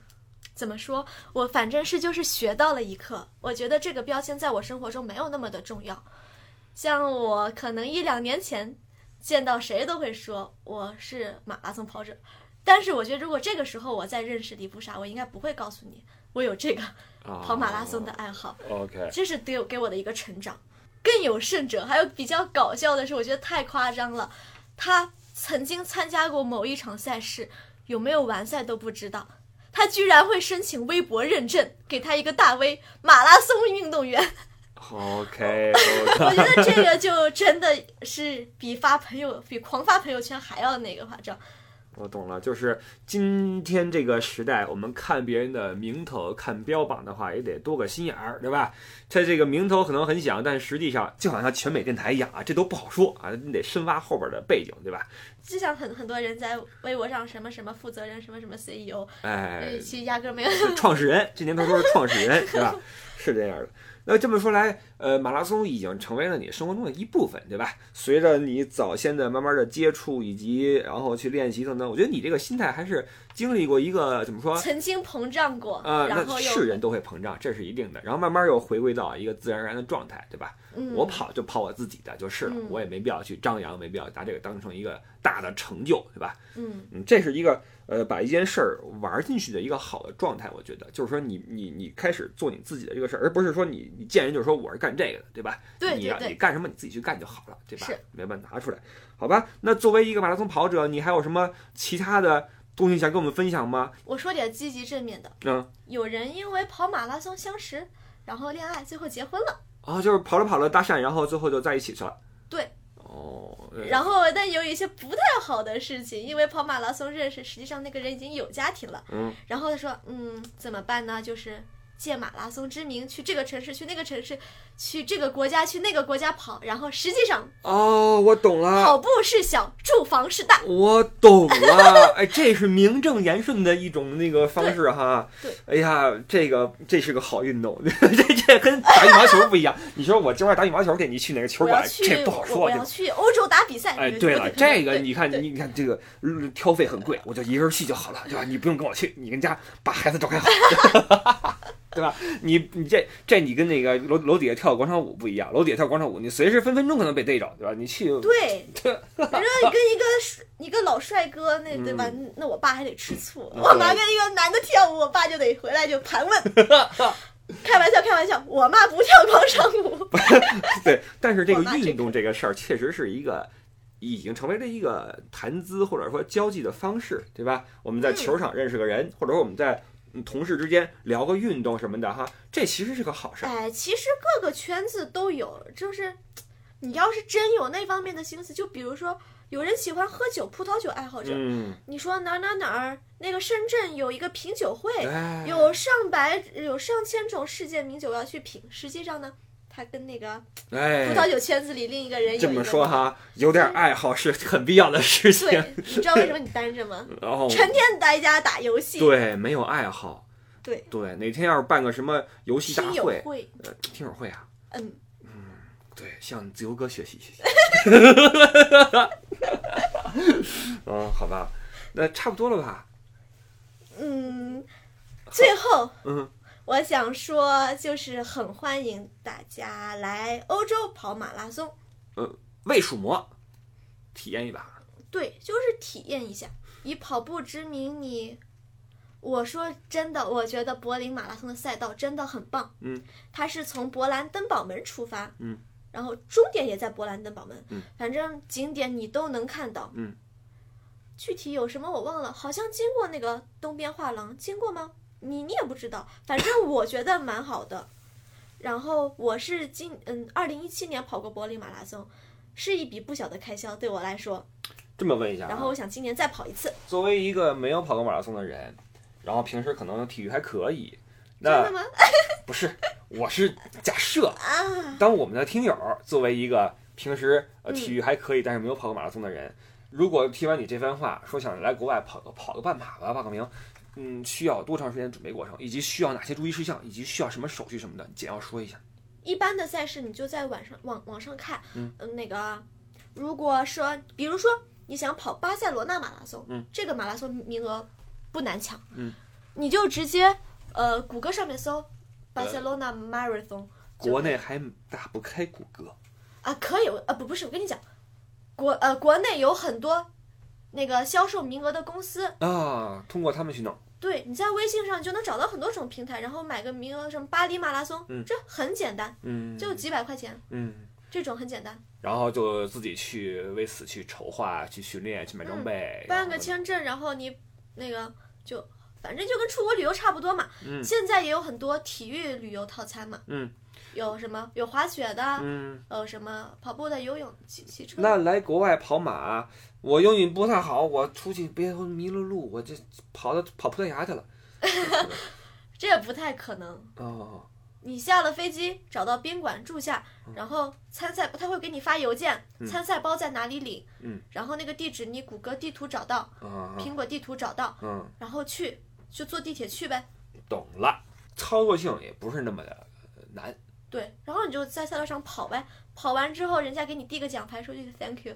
Speaker 2: 怎么说？我反正是就是学到了一课。我觉得这个标签在我生活中没有那么的重要。像我可能一两年前见到谁都会说我是马拉松跑者，但是我觉得如果这个时候我再认识李布莎，我应该不会告诉你我有这个跑马拉松的爱好。
Speaker 1: 哦 OK，
Speaker 2: 这是对我给我的一个成长。更有甚者，还有比较搞笑的是，我觉得太夸张了。他曾经参加过某一场赛事，有没有完赛都不知道，他居然会申请微博认证，给他一个大 V，马拉松运动员。
Speaker 1: OK，
Speaker 2: 我觉得这个就真的是比发朋友、比狂发朋友圈还要那个夸张。
Speaker 1: 我懂了，就是今天这个时代，我们看别人的名头、看标榜的话，也得多个心眼儿，对吧？他这个名头可能很响，但实际上就好像全美电台一样啊，这都不好说啊，你得深挖后边的背景，对吧？
Speaker 2: 就像很很多人在微博上什么什么负责人、什么什么 CEO，
Speaker 1: 哎，
Speaker 2: 其实压根儿没有。
Speaker 1: 是创始人，今年他说是创始人，对吧？是这样的。那这么说来，呃，马拉松已经成为了你生活中的一部分，对吧？随着你早先的慢慢的接触以及然后去练习等等，我觉得你这个心态还是经历过一个怎么说？
Speaker 2: 曾经膨胀过，
Speaker 1: 呃，
Speaker 2: 然
Speaker 1: 那
Speaker 2: 后
Speaker 1: 是
Speaker 2: 又
Speaker 1: 人都会膨胀，这是一定的。然后慢慢又回归到一个自然而然的状态，对吧？
Speaker 2: 嗯，
Speaker 1: 我跑就跑我自己的就是了，
Speaker 2: 嗯
Speaker 1: 我也没必要去张扬，没必要拿这个当成一个大的成就，对吧？
Speaker 2: 嗯
Speaker 1: 嗯，这是一个呃，把一件事儿玩进去的一个好的状态，我觉得就是说你你你开始做你自己的这个事儿，而不是说你你见人就说我是干这个的，对吧？
Speaker 2: 对
Speaker 1: 你
Speaker 2: 对
Speaker 1: 要
Speaker 2: 对
Speaker 1: 啊你干什么你自己去干就好了，对吧
Speaker 2: 是？
Speaker 1: 没办法拿出来，好吧？那作为一个马拉松跑者，你还有什么其他的东西想跟我们分享吗？
Speaker 2: 我说点积极正面的。
Speaker 1: 嗯，
Speaker 2: 有人因为跑马拉松相识，然后恋爱，最后结婚了。
Speaker 1: 啊，就是跑着跑着搭讪，然后最后就在一起去了。
Speaker 2: 对。
Speaker 1: 哦。
Speaker 2: 然后，但有一些不太好的事情，因为跑马拉松认识，实际上那个人已经有家庭了。
Speaker 1: 嗯。
Speaker 2: 然后他说，嗯，怎么办呢？就是借马拉松之名去这个城市，去那个城市，去这个国家，去那个国家跑。然后实际上，
Speaker 1: 哦，我懂了。
Speaker 2: 跑步是小，住房是大。
Speaker 1: 我懂了， 哎，这是名正言顺的一种那个方式哈。
Speaker 2: 对
Speaker 1: 哎呀，这个这是个好运动， 这这跟打羽毛球不一样。你说我今晚打羽毛球，给你去哪个球
Speaker 2: 我要
Speaker 1: 馆？
Speaker 2: 去，
Speaker 1: 这不好
Speaker 2: 我
Speaker 1: 说，
Speaker 2: 我
Speaker 1: 对
Speaker 2: 要
Speaker 1: 吧？
Speaker 2: 去欧洲打比赛。
Speaker 1: 哎，
Speaker 2: 你就
Speaker 1: 对
Speaker 2: 觉
Speaker 1: 了，
Speaker 2: 得
Speaker 1: 这个
Speaker 2: 对
Speaker 1: 你看，
Speaker 2: 对
Speaker 1: 你你看这个嗯挑费很贵，我就一个人去就好了，对吧？你不用跟我去，你跟家把孩子照看好， 对吧？你你这这你跟那个楼楼底下跳广场舞不一样，楼底下跳广场舞，你随时分分钟可能被逮着，对吧？你 去
Speaker 2: 对，
Speaker 1: 对
Speaker 2: 你说你跟一个帅一个老帅哥那对吧？
Speaker 1: 嗯
Speaker 2: 那我爸还得吃醋，我妈跟一个男的跳舞，我爸就得回来就 盘问。开玩笑，开玩笑，我妈不跳广场舞。
Speaker 1: 对， 但是这个
Speaker 2: 广大这
Speaker 1: 运动这个事儿，确实是一个已经成为了一个谈资或者说交际的方式，对吧？我们在
Speaker 2: 嗯
Speaker 1: 球场认识个人，或者说我们在嗯同事之间聊个运动什么的哈，这其实是个好事儿。
Speaker 2: 哎，其实各个圈子都有，就是你要是真有那方面的心思，就比如说有人喜欢喝酒，葡萄酒爱好者，
Speaker 1: 嗯，
Speaker 2: 你说哪儿哪儿哪儿那个深圳有一个品酒会，
Speaker 1: 哎，
Speaker 2: 有上百有上千种世界名酒要去品，实际上呢，它跟那个。葡萄
Speaker 1: 哎，
Speaker 2: 酒圈子里另一个人有
Speaker 1: 这
Speaker 2: 一
Speaker 1: 么
Speaker 2: 个
Speaker 1: 说哈，有点爱好是很必要的事情。
Speaker 2: 对，你知道为什么你单着吗？
Speaker 1: 然后
Speaker 2: 成天待家打游戏，
Speaker 1: 哦对，没有爱好。
Speaker 2: 对
Speaker 1: 对，哪天要是办个什么游戏大
Speaker 2: 听友
Speaker 1: 会，
Speaker 2: 会，
Speaker 1: 呃，听友会啊，
Speaker 2: 嗯，
Speaker 1: 对，向自由哥学习学 习。嗯，好吧，那差不多了吧？
Speaker 2: 嗯，最后
Speaker 1: 嗯，
Speaker 2: 我想说，就是很欢迎大家来欧洲跑马拉松，
Speaker 1: 魏蜀魔，体验一把。
Speaker 2: 对，就是体验一下，以跑步之名，你。我说真的，我觉得柏林马拉松的赛道真的很棒。
Speaker 1: 嗯，
Speaker 2: 它是从勃兰登堡门出发，
Speaker 1: 嗯，
Speaker 2: 然后终点也在勃兰登堡门，
Speaker 1: 嗯，
Speaker 2: 反正景点你都能看到，
Speaker 1: 嗯，
Speaker 2: 具体有什么我忘了，好像经过那个东边画廊，经过吗？你你也不知道，反正我觉得蛮好的。然后我是今嗯，二零一七年跑过柏林马拉松，是一笔不小的开销对我来说。
Speaker 1: 这么问一下、啊，
Speaker 2: 然后我想今年再跑一次，
Speaker 1: 作为一个没有跑过马拉松的人，然后平时可能体育还可以，
Speaker 2: 真
Speaker 1: 那
Speaker 2: 的吗？
Speaker 1: 不是，我是假设，
Speaker 2: 啊，
Speaker 1: 当我们的听友作为一个平时呃
Speaker 2: 嗯
Speaker 1: 体育还可以，但是没有跑过马拉松的人，如果听完你这番话，说想来国外跑个跑个半马吧，报个名，嗯，需要多长时间准备过程，以及需要哪些注意事项，以及需要什么手续什么的，简要说一下。
Speaker 2: 一般的赛事你就在网上网网上看，嗯、那个，如果说比如说你想跑巴塞罗那马拉松，
Speaker 1: 嗯，
Speaker 2: 这个马拉松名额不难抢，
Speaker 1: 嗯，
Speaker 2: 你就直接呃谷歌上面搜巴塞罗那 marathon，就
Speaker 1: 国内还打不开谷歌，
Speaker 2: 啊可以，我呃不不是我跟你讲，国呃国内有很多那个销售名额的公司，
Speaker 1: 啊，通过他们去弄。
Speaker 2: 对，你在微信上就能找到很多种平台，然后买个名额，什么巴黎马拉松，
Speaker 1: 嗯
Speaker 2: 这很简单，
Speaker 1: 嗯，
Speaker 2: 就几百块钱，
Speaker 1: 嗯，
Speaker 2: 这种很简单，
Speaker 1: 然后就自己去为此去筹划、去训练、去买装备，
Speaker 2: 嗯办个
Speaker 1: 然后
Speaker 2: 签证，然后你那个就反正就跟出国旅游差不多嘛。
Speaker 1: 嗯
Speaker 2: 现在也有很多体育旅游套餐嘛，
Speaker 1: 嗯
Speaker 2: 有什么有滑雪的，
Speaker 1: 嗯。
Speaker 2: 有什么跑步的、游泳、骑骑车的。
Speaker 1: 那来国外跑马，我英语不太好，我出去别迷了路，我这跑到跑葡萄牙去了。
Speaker 2: 这也不太可能。
Speaker 1: 哦，
Speaker 2: 你下了飞机，找到宾馆住下，
Speaker 1: 嗯
Speaker 2: 然后参赛他会给你发邮件，参赛包在哪里领，
Speaker 1: 嗯
Speaker 2: 然后那个地址你谷歌地图找到，
Speaker 1: 啊，
Speaker 2: 苹果地图找到，
Speaker 1: 嗯，
Speaker 2: 然后去就坐地铁去呗。
Speaker 1: 懂了，操作性也不是那么的呃难。
Speaker 2: 对，然后你就在赛道上跑呗，跑完之后人家给你递个奖牌，说句 thank you，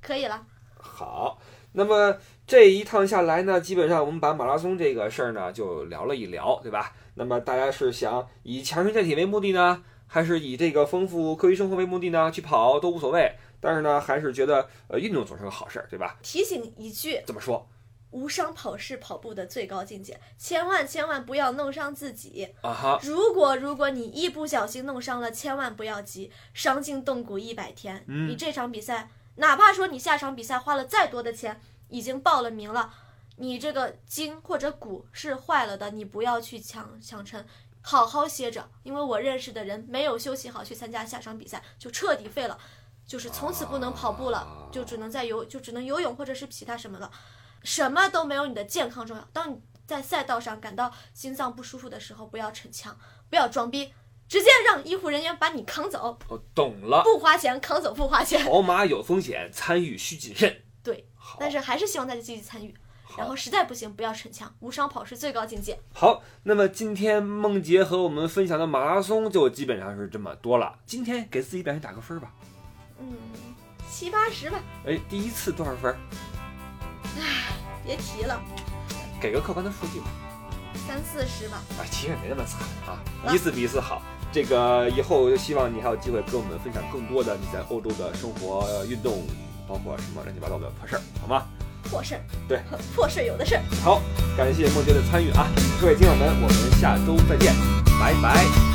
Speaker 2: 可以了。
Speaker 1: 好，那么这一趟下来呢，基本上我们把马拉松这个事儿呢就聊了一聊，对吧？那么大家是想以强身健体为目的呢，还是以这个丰富科学生活为目的呢？去跑都无所谓，但是呢，还是觉得呃运动总是个好事儿，对吧？
Speaker 2: 提醒一句，
Speaker 1: 怎么说
Speaker 2: 无伤跑是跑步的最高境界，千万千万不要弄伤自己。
Speaker 1: 啊哈？
Speaker 2: 如果如果你一不小心弄伤了，千万不要急，伤筋动骨一百天。
Speaker 1: 嗯
Speaker 2: 你这场比赛，哪怕说你下场比赛花了再多的钱，已经报了名了，你这个筋或者骨是坏了的，你不要去强强撑。好好歇着，因为我认识的人没有休息好去参加下场比赛，就彻底废了，就是从此不能跑步了，
Speaker 1: 啊
Speaker 2: 就只能在游，就只能游泳或者是其他什么了，什么都没有你的健康重要。当你在赛道上感到心脏不舒服的时候，不要逞强，不要装逼，直接让医护人员把你扛走，
Speaker 1: 我懂了。
Speaker 2: 不花钱扛走不花 钱。
Speaker 1: 跑马有风险，参与需谨慎。
Speaker 2: 对，
Speaker 1: 好，
Speaker 2: 但是还是希望大家积极参与，然后实在不行不要逞强，无伤跑是最高境界。
Speaker 1: 好，那么今天梦洁和我们分享的马拉松就基本上是这么多了。今天给自己表现打个分吧。
Speaker 2: 嗯，七八十吧，
Speaker 1: 哎，第一次多少分？
Speaker 2: 别提了，
Speaker 1: 给个客观的数据吧。
Speaker 2: 三四十吧。
Speaker 1: 啊，其实也没那么惨啊，
Speaker 2: 啊
Speaker 1: 一次比一次好。这个以后就希望你还有机会跟我们分享更多的你在欧洲的生活、呃运动，包括什么乱七八糟的破事儿，好吗？
Speaker 2: 破事儿，
Speaker 1: 对，
Speaker 2: 破事儿有的是。
Speaker 1: 好，感谢梦洁的参与啊，各位听友们，我们下周再见，拜拜。